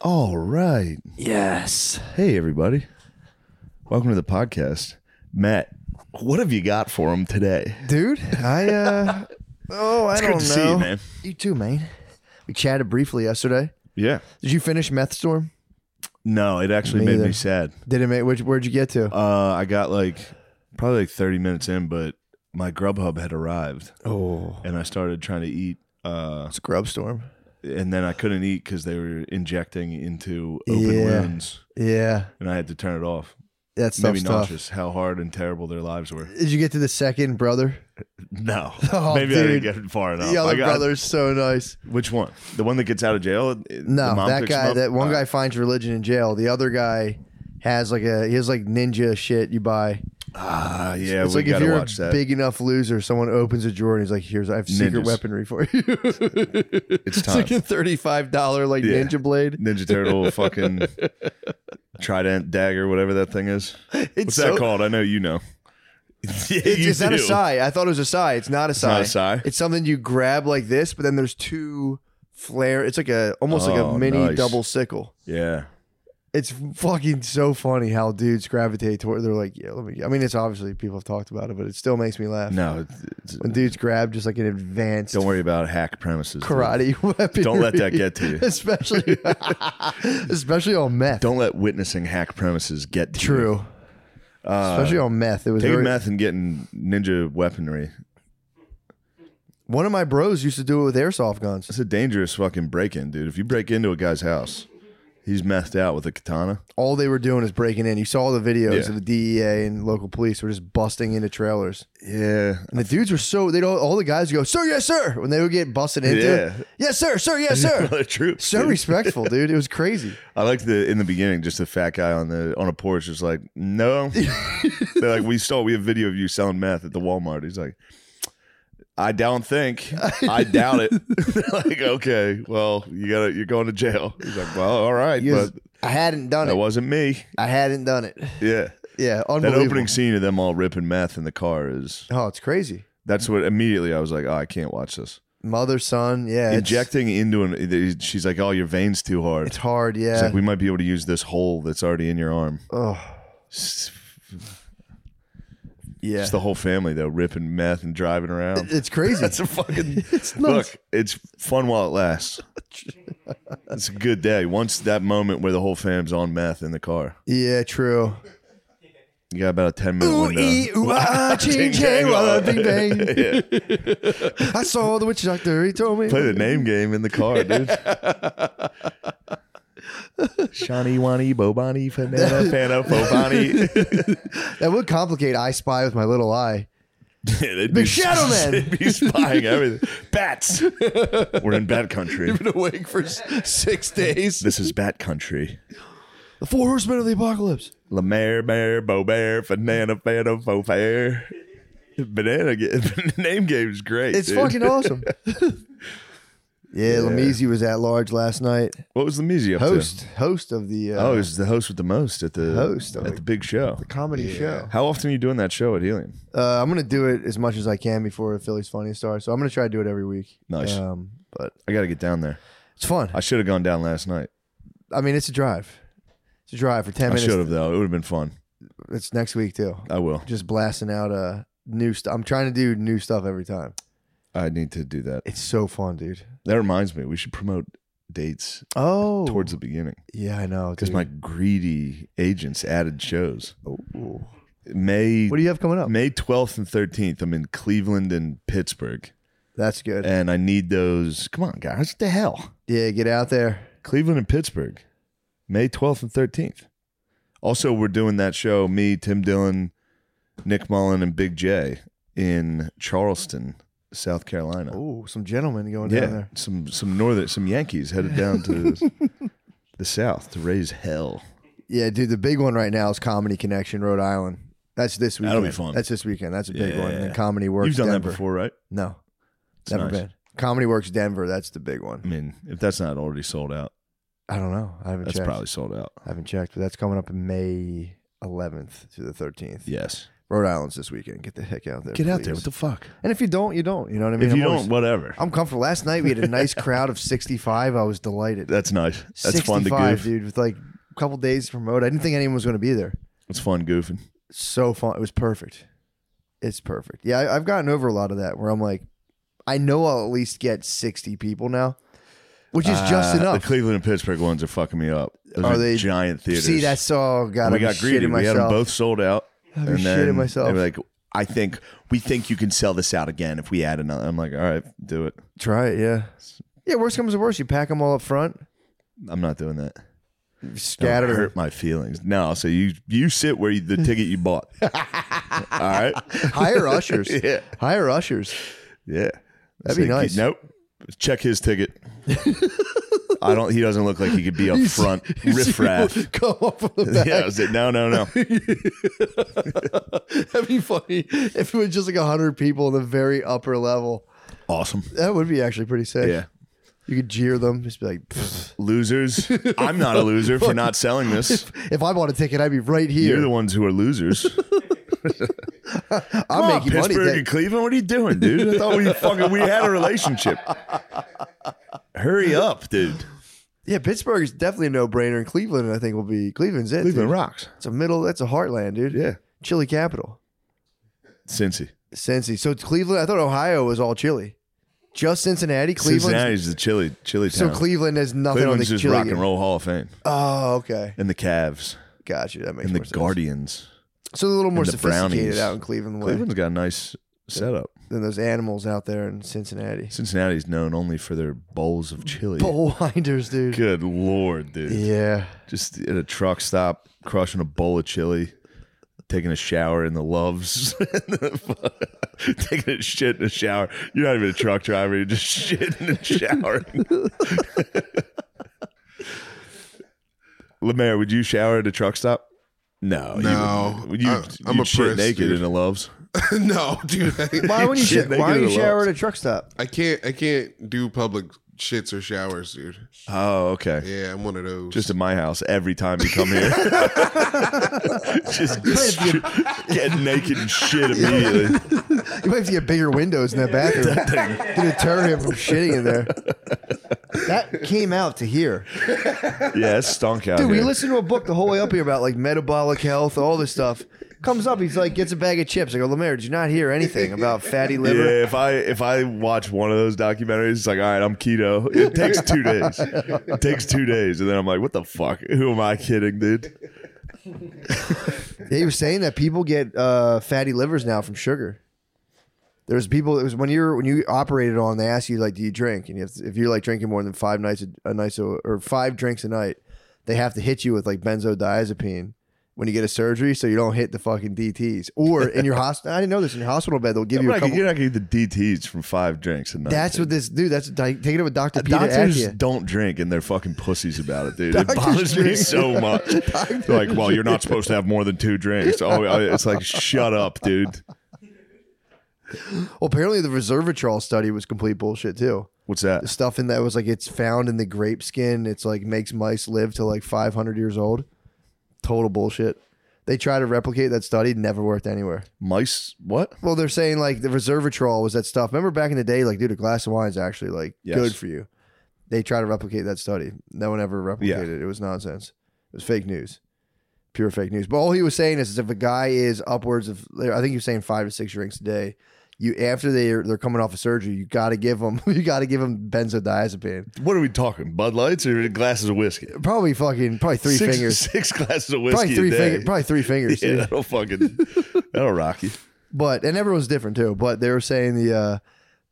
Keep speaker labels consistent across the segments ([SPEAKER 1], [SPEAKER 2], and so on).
[SPEAKER 1] All right.
[SPEAKER 2] Yes.
[SPEAKER 1] Hey, everybody. Welcome to the podcast. Matt, what have you got for him today?
[SPEAKER 2] Dude, I uh oh, I
[SPEAKER 1] It's good
[SPEAKER 2] don't
[SPEAKER 1] to
[SPEAKER 2] know.
[SPEAKER 1] see you, man.
[SPEAKER 2] You too, man. We chatted briefly yesterday.
[SPEAKER 1] Yeah.
[SPEAKER 2] Did you finish Meth Storm?
[SPEAKER 1] No, it actually
[SPEAKER 2] Me
[SPEAKER 1] made
[SPEAKER 2] either.
[SPEAKER 1] me sad.
[SPEAKER 2] Did it make which where'd you get to?
[SPEAKER 1] Uh, I got like probably like 30 minutes in, but my Grubhub had arrived
[SPEAKER 2] Oh.
[SPEAKER 1] and I started trying to eat. Uh,
[SPEAKER 2] It's Grub Storm.
[SPEAKER 1] and then I couldn't eat because they were injecting into open
[SPEAKER 2] Yeah.
[SPEAKER 1] wounds
[SPEAKER 2] Yeah.
[SPEAKER 1] and I had to turn it off.
[SPEAKER 2] That
[SPEAKER 1] Made me
[SPEAKER 2] stuff's tough.
[SPEAKER 1] nauseous how hard and terrible their lives were.
[SPEAKER 2] Did you get to the second brother?
[SPEAKER 1] No.
[SPEAKER 2] Oh,
[SPEAKER 1] Maybe I
[SPEAKER 2] dude.
[SPEAKER 1] didn't get far enough.
[SPEAKER 2] the
[SPEAKER 1] Oh, I
[SPEAKER 2] other
[SPEAKER 1] got-
[SPEAKER 2] brother's so nice.
[SPEAKER 1] Which one? The one that gets out of jail?
[SPEAKER 2] No, that guy that one guy finds religion in jail. The other guy has like a he has like ninja shit you buy.
[SPEAKER 1] Ah, yeah,
[SPEAKER 2] it's
[SPEAKER 1] we
[SPEAKER 2] like if
[SPEAKER 1] gotta
[SPEAKER 2] you're
[SPEAKER 1] watch
[SPEAKER 2] a
[SPEAKER 1] that.
[SPEAKER 2] big enough loser, someone opens a drawer and he's like, "Here's I have secret
[SPEAKER 1] Ninjas.
[SPEAKER 2] weaponry for you." it's
[SPEAKER 1] time.
[SPEAKER 2] like a thirty-five dollar like
[SPEAKER 1] Yeah.
[SPEAKER 2] ninja blade.
[SPEAKER 1] Ninja Turtle fucking trident dagger, whatever that thing is.
[SPEAKER 2] It's
[SPEAKER 1] What's
[SPEAKER 2] so-
[SPEAKER 1] that called? I know you know. yeah,
[SPEAKER 2] It's,
[SPEAKER 1] you
[SPEAKER 2] it's not a
[SPEAKER 1] do.
[SPEAKER 2] sigh. I thought it was a sigh. It's not a sigh.
[SPEAKER 1] not a sigh?
[SPEAKER 2] It's something you grab like this, but then there's two flare. It's like a almost like a
[SPEAKER 1] Oh,
[SPEAKER 2] mini
[SPEAKER 1] nice.
[SPEAKER 2] double sickle.
[SPEAKER 1] Yeah.
[SPEAKER 2] It's fucking so funny how dudes gravitate toward. They're like, yeah, let me. I mean, it's obviously people have talked about it, but it still makes me laugh.
[SPEAKER 1] No, it's, it's-
[SPEAKER 2] When dudes grab just like an advanced
[SPEAKER 1] don't worry about hack premises. dude.
[SPEAKER 2] karate weapon,
[SPEAKER 1] Don't let that get to you.
[SPEAKER 2] especially especially on meth.
[SPEAKER 1] Don't let witnessing hack premises get to you.
[SPEAKER 2] true. especially on meth, it was
[SPEAKER 1] Taking
[SPEAKER 2] very,
[SPEAKER 1] Uh, meth and getting ninja weaponry.
[SPEAKER 2] one of my bros used to do it with airsoft guns.
[SPEAKER 1] It's a dangerous fucking break in, dude. If you break into a guy's house, he's methed out with a katana.
[SPEAKER 2] All they were doing is breaking in. You saw the videos
[SPEAKER 1] Yeah.
[SPEAKER 2] of the DEA and local police were just busting into trailers.
[SPEAKER 1] Yeah.
[SPEAKER 2] And the dudes were so they don't. All the guys would go, "Sir, yes, sir," when they would get busted into.
[SPEAKER 1] Yeah.
[SPEAKER 2] Yes, sir, sir, yes, sir.
[SPEAKER 1] Another troop.
[SPEAKER 2] so
[SPEAKER 1] dude.
[SPEAKER 2] respectful, dude. It was crazy.
[SPEAKER 1] I liked the in the beginning, just the fat guy on the on a porch was like, no. They're like, we saw we have video of you selling meth at the Walmart. He's like, I don't think. I doubt it. They're like, okay, well, you gotta you're going to jail. He's like, Well, all right,
[SPEAKER 2] He was-
[SPEAKER 1] but
[SPEAKER 2] I hadn't done it.
[SPEAKER 1] that wasn't me.
[SPEAKER 2] I hadn't done it.
[SPEAKER 1] Yeah.
[SPEAKER 2] Yeah,
[SPEAKER 1] That
[SPEAKER 2] unbelievable.
[SPEAKER 1] opening scene of them all ripping meth in the car is
[SPEAKER 2] oh, it's crazy.
[SPEAKER 1] that's what immediately I was like, Oh, I can't watch this.
[SPEAKER 2] Mother, son, yeah. it's-
[SPEAKER 1] Injecting into an she's like, Oh, your vein's too hard.
[SPEAKER 2] It's hard, yeah.
[SPEAKER 1] It's like we might be able to use this hole that's already in your arm.
[SPEAKER 2] oh,
[SPEAKER 1] S-
[SPEAKER 2] yeah.
[SPEAKER 1] It's the whole family though, ripping meth and driving around.
[SPEAKER 2] it's crazy.
[SPEAKER 1] That's a fucking
[SPEAKER 2] It's nuts.
[SPEAKER 1] look. It's fun while it lasts. It's a good day. Once that moment where the whole fam's on meth in the car,
[SPEAKER 2] yeah, true.
[SPEAKER 1] you got about a ten minute
[SPEAKER 2] Ooh,
[SPEAKER 1] window.
[SPEAKER 2] ee, ooh, ah, ching, chang, walla, bing, bang.
[SPEAKER 1] Yeah.
[SPEAKER 2] I saw the witch doctor. He told me.
[SPEAKER 1] Play the name game in the car, dude. Shani Wani Bobani Fanana Fana Fobani.
[SPEAKER 2] That would complicate I Spy with my little eye.
[SPEAKER 1] Yeah, they'd
[SPEAKER 2] Big Shadow Man.
[SPEAKER 1] They'd be spying everything. Bats. We're in bat country.
[SPEAKER 2] been awake for six days.
[SPEAKER 1] This is bat country.
[SPEAKER 2] The Four Horsemen of the Apocalypse.
[SPEAKER 1] Lemaire, Bear, Bear, Banana, Fana, Fofair. Banana ga- name game is great.
[SPEAKER 2] It's
[SPEAKER 1] dude.
[SPEAKER 2] fucking awesome. yeah, Lamisi was at large last night.
[SPEAKER 1] What was the music up to?
[SPEAKER 2] Host, host of the uh,
[SPEAKER 1] Oh, it was the host with the most at the
[SPEAKER 2] Host, I
[SPEAKER 1] at
[SPEAKER 2] mean.
[SPEAKER 1] the big show.
[SPEAKER 2] comedy show.
[SPEAKER 1] How often are you doing that show at Helium?
[SPEAKER 2] Uh, I'm gonna do it as much as I can before Philly's Funniest Star. So I'm gonna try to do it every week.
[SPEAKER 1] Nice.
[SPEAKER 2] Um, but
[SPEAKER 1] I got to get down there.
[SPEAKER 2] it's fun.
[SPEAKER 1] I should have gone down last night.
[SPEAKER 2] I mean, it's a drive. It's a drive for ten
[SPEAKER 1] I should
[SPEAKER 2] minutes.
[SPEAKER 1] have though. It would have been fun.
[SPEAKER 2] It's next week too.
[SPEAKER 1] I will.
[SPEAKER 2] Just blasting out uh new stuff. I'm trying to do new stuff every time.
[SPEAKER 1] I need to do that.
[SPEAKER 2] It's so fun, dude.
[SPEAKER 1] That reminds me. We should promote dates
[SPEAKER 2] Oh,
[SPEAKER 1] towards the beginning
[SPEAKER 2] yeah, I know.
[SPEAKER 1] because my greedy agents added shows.
[SPEAKER 2] Ooh.
[SPEAKER 1] May
[SPEAKER 2] What do you have coming up?
[SPEAKER 1] May 12th and 13th, I'm in Cleveland and Pittsburgh,
[SPEAKER 2] That's good.
[SPEAKER 1] and I need those. Come on, guys. What the hell?
[SPEAKER 2] Yeah, get out there.
[SPEAKER 1] Cleveland and Pittsburgh, May 12th and 13th. Also, we're doing that show, me, Tim Dillon, Nick Mullen, and Big J in Charleston, South Carolina.
[SPEAKER 2] Oh, some gentlemen going
[SPEAKER 1] yeah,
[SPEAKER 2] down there.
[SPEAKER 1] some some northern some Yankees headed down to the south to raise hell.
[SPEAKER 2] Yeah, dude. The big one right now is Comedy Connection, Rhode Island. That's this weekend.
[SPEAKER 1] That'll be fun.
[SPEAKER 2] That's this weekend. That's a big
[SPEAKER 1] Yeah.
[SPEAKER 2] one. And then Comedy Works.
[SPEAKER 1] You've done
[SPEAKER 2] Denver.
[SPEAKER 1] that before, right?
[SPEAKER 2] No,
[SPEAKER 1] It's
[SPEAKER 2] never
[SPEAKER 1] nice.
[SPEAKER 2] been. Comedy Works Denver. That's the big
[SPEAKER 1] I
[SPEAKER 2] one.
[SPEAKER 1] mean, if that's not already sold out,
[SPEAKER 2] I don't know. I haven't
[SPEAKER 1] that's
[SPEAKER 2] checked.
[SPEAKER 1] probably sold out.
[SPEAKER 2] I haven't checked, but that's coming up May 11th to the 13th.
[SPEAKER 1] Yes.
[SPEAKER 2] Rhode Island's this weekend. Get the heck out there.
[SPEAKER 1] Get out there.
[SPEAKER 2] please.
[SPEAKER 1] What the fuck?
[SPEAKER 2] and if you don't, you don't. You know what I mean?
[SPEAKER 1] if you
[SPEAKER 2] I'm
[SPEAKER 1] don't,
[SPEAKER 2] always-
[SPEAKER 1] whatever.
[SPEAKER 2] I'm comfortable. Last night we had a nice crowd of 65. I was delighted.
[SPEAKER 1] That's nice. That's
[SPEAKER 2] 65,
[SPEAKER 1] fun to goof.
[SPEAKER 2] dude, with like a couple days to promote. I didn't think anyone was going to be there.
[SPEAKER 1] It's fun goofing.
[SPEAKER 2] So fun. It was perfect. It's perfect. Yeah, I, I've gotten over a lot of that where I'm like, I know I'll at least get 60 people now, which is just
[SPEAKER 1] Uh,
[SPEAKER 2] enough.
[SPEAKER 1] The Cleveland and Pittsburgh ones are fucking me up. Those
[SPEAKER 2] Are
[SPEAKER 1] are,
[SPEAKER 2] they-
[SPEAKER 1] giant theaters?
[SPEAKER 2] See, that's all. God,
[SPEAKER 1] And we
[SPEAKER 2] I'm
[SPEAKER 1] got
[SPEAKER 2] shitting
[SPEAKER 1] greedy. We had them
[SPEAKER 2] myself.
[SPEAKER 1] both sold out.
[SPEAKER 2] I'm
[SPEAKER 1] and
[SPEAKER 2] shitting
[SPEAKER 1] then
[SPEAKER 2] myself.
[SPEAKER 1] They were like, I think we think you can sell this out again if we add another. I'm like, all right, do it.
[SPEAKER 2] Try it, yeah. Yeah, worst comes to worst, you pack them all up front,
[SPEAKER 1] I'm not doing that. Don't
[SPEAKER 2] scatter.
[SPEAKER 1] hurt my feelings. No, so you you sit where you, the ticket you bought. all right.
[SPEAKER 2] Hire ushers.
[SPEAKER 1] Yeah.
[SPEAKER 2] Hire ushers.
[SPEAKER 1] Yeah.
[SPEAKER 2] That'd be
[SPEAKER 1] Say,
[SPEAKER 2] nice.
[SPEAKER 1] Nope. Check his ticket. I don't. He doesn't look like he could be up front. Riffraff.
[SPEAKER 2] Come up from the back.
[SPEAKER 1] Yeah. I was like, no, no, no.
[SPEAKER 2] That'd be funny if it was just like hundred people in the very upper level.
[SPEAKER 1] Awesome.
[SPEAKER 2] That would be actually pretty sick.
[SPEAKER 1] Yeah.
[SPEAKER 2] You could jeer them, just be like, "Pfft,
[SPEAKER 1] Losers. I'm not a loser for not selling this.
[SPEAKER 2] if I bought a ticket, I'd be right
[SPEAKER 1] You're the
[SPEAKER 2] here.
[SPEAKER 1] ones who are losers.
[SPEAKER 2] I'm
[SPEAKER 1] Come on,
[SPEAKER 2] making money.
[SPEAKER 1] Pittsburgh
[SPEAKER 2] That-
[SPEAKER 1] and Cleveland. What are you doing, dude? I thought we fucking we had a relationship. Hurry up, dude.
[SPEAKER 2] yeah, Pittsburgh is definitely a no brainer, and Cleveland, I think, will be Cleveland's it. dude.
[SPEAKER 1] rocks.
[SPEAKER 2] It's a middle. That's a heartland, dude.
[SPEAKER 1] Yeah.
[SPEAKER 2] chili capital.
[SPEAKER 1] Cincy.
[SPEAKER 2] Cincy. So it's Cleveland. I thought Ohio was all chili. Just Cincinnati, Cleveland.
[SPEAKER 1] Cincinnati's the chilly, chilly town.
[SPEAKER 2] So Cleveland has nothing
[SPEAKER 1] Cleveland's
[SPEAKER 2] on the
[SPEAKER 1] just
[SPEAKER 2] chili.
[SPEAKER 1] rock and roll Hall of Fame,
[SPEAKER 2] Oh, okay.
[SPEAKER 1] and the Cavs,
[SPEAKER 2] Gotcha. That makes
[SPEAKER 1] and the
[SPEAKER 2] more sense.
[SPEAKER 1] Guardians.
[SPEAKER 2] So they're a little more
[SPEAKER 1] the
[SPEAKER 2] sophisticated
[SPEAKER 1] Brownies.
[SPEAKER 2] out in Cleveland way
[SPEAKER 1] Cleveland's got a nice setup.
[SPEAKER 2] than those animals out there in Cincinnati.
[SPEAKER 1] Cincinnati's known only for their bowls of chili.
[SPEAKER 2] Bowl winders, dude.
[SPEAKER 1] Good lord, dude!
[SPEAKER 2] Yeah.
[SPEAKER 1] Just at a truck stop, crushing a bowl of chili, taking a shower in the loves, taking a shit in a shower. You're not even a truck driver. You're just shitting and showering. Lemaire, would you shower at a truck stop? No,
[SPEAKER 3] No.
[SPEAKER 1] You, would you,
[SPEAKER 3] I- I'm
[SPEAKER 1] you'd
[SPEAKER 3] a
[SPEAKER 1] shit
[SPEAKER 3] press,
[SPEAKER 1] naked
[SPEAKER 3] dude.
[SPEAKER 1] in the loves.
[SPEAKER 3] no, dude.
[SPEAKER 2] Why
[SPEAKER 3] I,
[SPEAKER 2] would you
[SPEAKER 1] Shit,
[SPEAKER 2] shit?
[SPEAKER 1] they
[SPEAKER 2] Why
[SPEAKER 1] get
[SPEAKER 2] you
[SPEAKER 1] it a
[SPEAKER 2] shower
[SPEAKER 1] lot.
[SPEAKER 2] at a truck stop?
[SPEAKER 3] I can't. I can't do public shits or showers, dude.
[SPEAKER 1] Oh, okay.
[SPEAKER 3] Yeah, I'm one of those.
[SPEAKER 1] Just at my house every time you come here. just get naked and shit immediately.
[SPEAKER 2] You might have to get bigger windows in that bathroom to deter him from shitting in there. That came out to here.
[SPEAKER 1] Yeah, it's stunk out
[SPEAKER 2] Dude, we
[SPEAKER 1] here.
[SPEAKER 2] listened to a book the whole way up here about like metabolic health, all this stuff. Comes up, he's like, gets a bag of chips. I go, Lemaire, did you not hear anything about fatty liver?
[SPEAKER 1] yeah, if I if I watch one of those documentaries, it's like, all right, I'm keto. It takes two days. It takes two days, and then I'm like, what the fuck? Who am I kidding, dude?
[SPEAKER 2] Yeah, he was saying that people get uh, fatty livers now from sugar. There's people. It was when you're when you operated on. They ask you like, do you drink? And you have to, if you're like drinking more than five nights a, a night or or five drinks a night, they have to hit you with like benzodiazepine when you get a surgery, so you don't hit the fucking DTS. Or in your hospital, I didn't know this. In your hospital bed, they'll give
[SPEAKER 1] You're
[SPEAKER 2] you
[SPEAKER 1] not,
[SPEAKER 2] a
[SPEAKER 1] gonna-
[SPEAKER 2] couple.
[SPEAKER 1] you're not gonna get the DTS from five drinks a night.
[SPEAKER 2] That's
[SPEAKER 1] dude.
[SPEAKER 2] what this dude. That's di- taking it with Doctor Peter
[SPEAKER 1] Doctors
[SPEAKER 2] Attia.
[SPEAKER 1] don't drink and they're fucking pussies about it, dude. It
[SPEAKER 2] Doctors
[SPEAKER 1] bothers me
[SPEAKER 2] drink.
[SPEAKER 1] so much. They're like, well, you're not supposed to have more than two drinks. Oh, I- it's like, shut up, dude.
[SPEAKER 2] Well, apparently the resveratrol study was complete bullshit too.
[SPEAKER 1] What's
[SPEAKER 2] The
[SPEAKER 1] that?
[SPEAKER 2] stuff in that was like it's found in the grape skin. It's like makes mice live to like 500 years old. Total bullshit. They try to replicate that study, never worked anywhere.
[SPEAKER 1] Mice? What?
[SPEAKER 2] Well, they're saying like the resveratrol was that stuff. Remember back in the day, like dude, a glass of wine is actually like
[SPEAKER 1] Yes.
[SPEAKER 2] good for you. They try to replicate that study. No one ever replicated
[SPEAKER 1] Yeah.
[SPEAKER 2] it. It was nonsense. It was fake news, pure fake news. But all he was saying is, is if a guy is upwards of, I think he was saying five to six drinks a day. You after they are, they're coming off of surgery, you got to give them you got to give them benzodiazepine.
[SPEAKER 1] What are we talking? Bud Lights or glasses of whiskey?
[SPEAKER 2] Probably fucking probably three
[SPEAKER 1] six,
[SPEAKER 2] fingers.
[SPEAKER 1] Six glasses of whiskey.
[SPEAKER 2] Probably three
[SPEAKER 1] a day.
[SPEAKER 2] fingers. Probably three fingers.
[SPEAKER 1] Yeah,
[SPEAKER 2] dude.
[SPEAKER 1] that'll fucking that'll rock you.
[SPEAKER 2] But and everyone's different too. But they were saying the uh,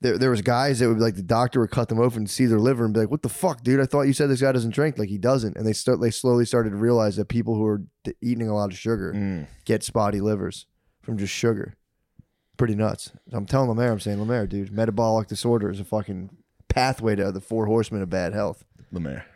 [SPEAKER 2] there there was guys that would be like the doctor would cut them open and see their liver and be like, "What the fuck, dude? I thought you said this guy doesn't drink. Like he doesn't." And they start they slowly started to realize that people who are d- eating a lot of sugar
[SPEAKER 1] Mm.
[SPEAKER 2] get spotty livers from just sugar. Pretty nuts. I'm telling Lemaire, I'm saying Lemaire, dude, metabolic disorder is a fucking pathway to the four horsemen of bad health.
[SPEAKER 1] Lemaire.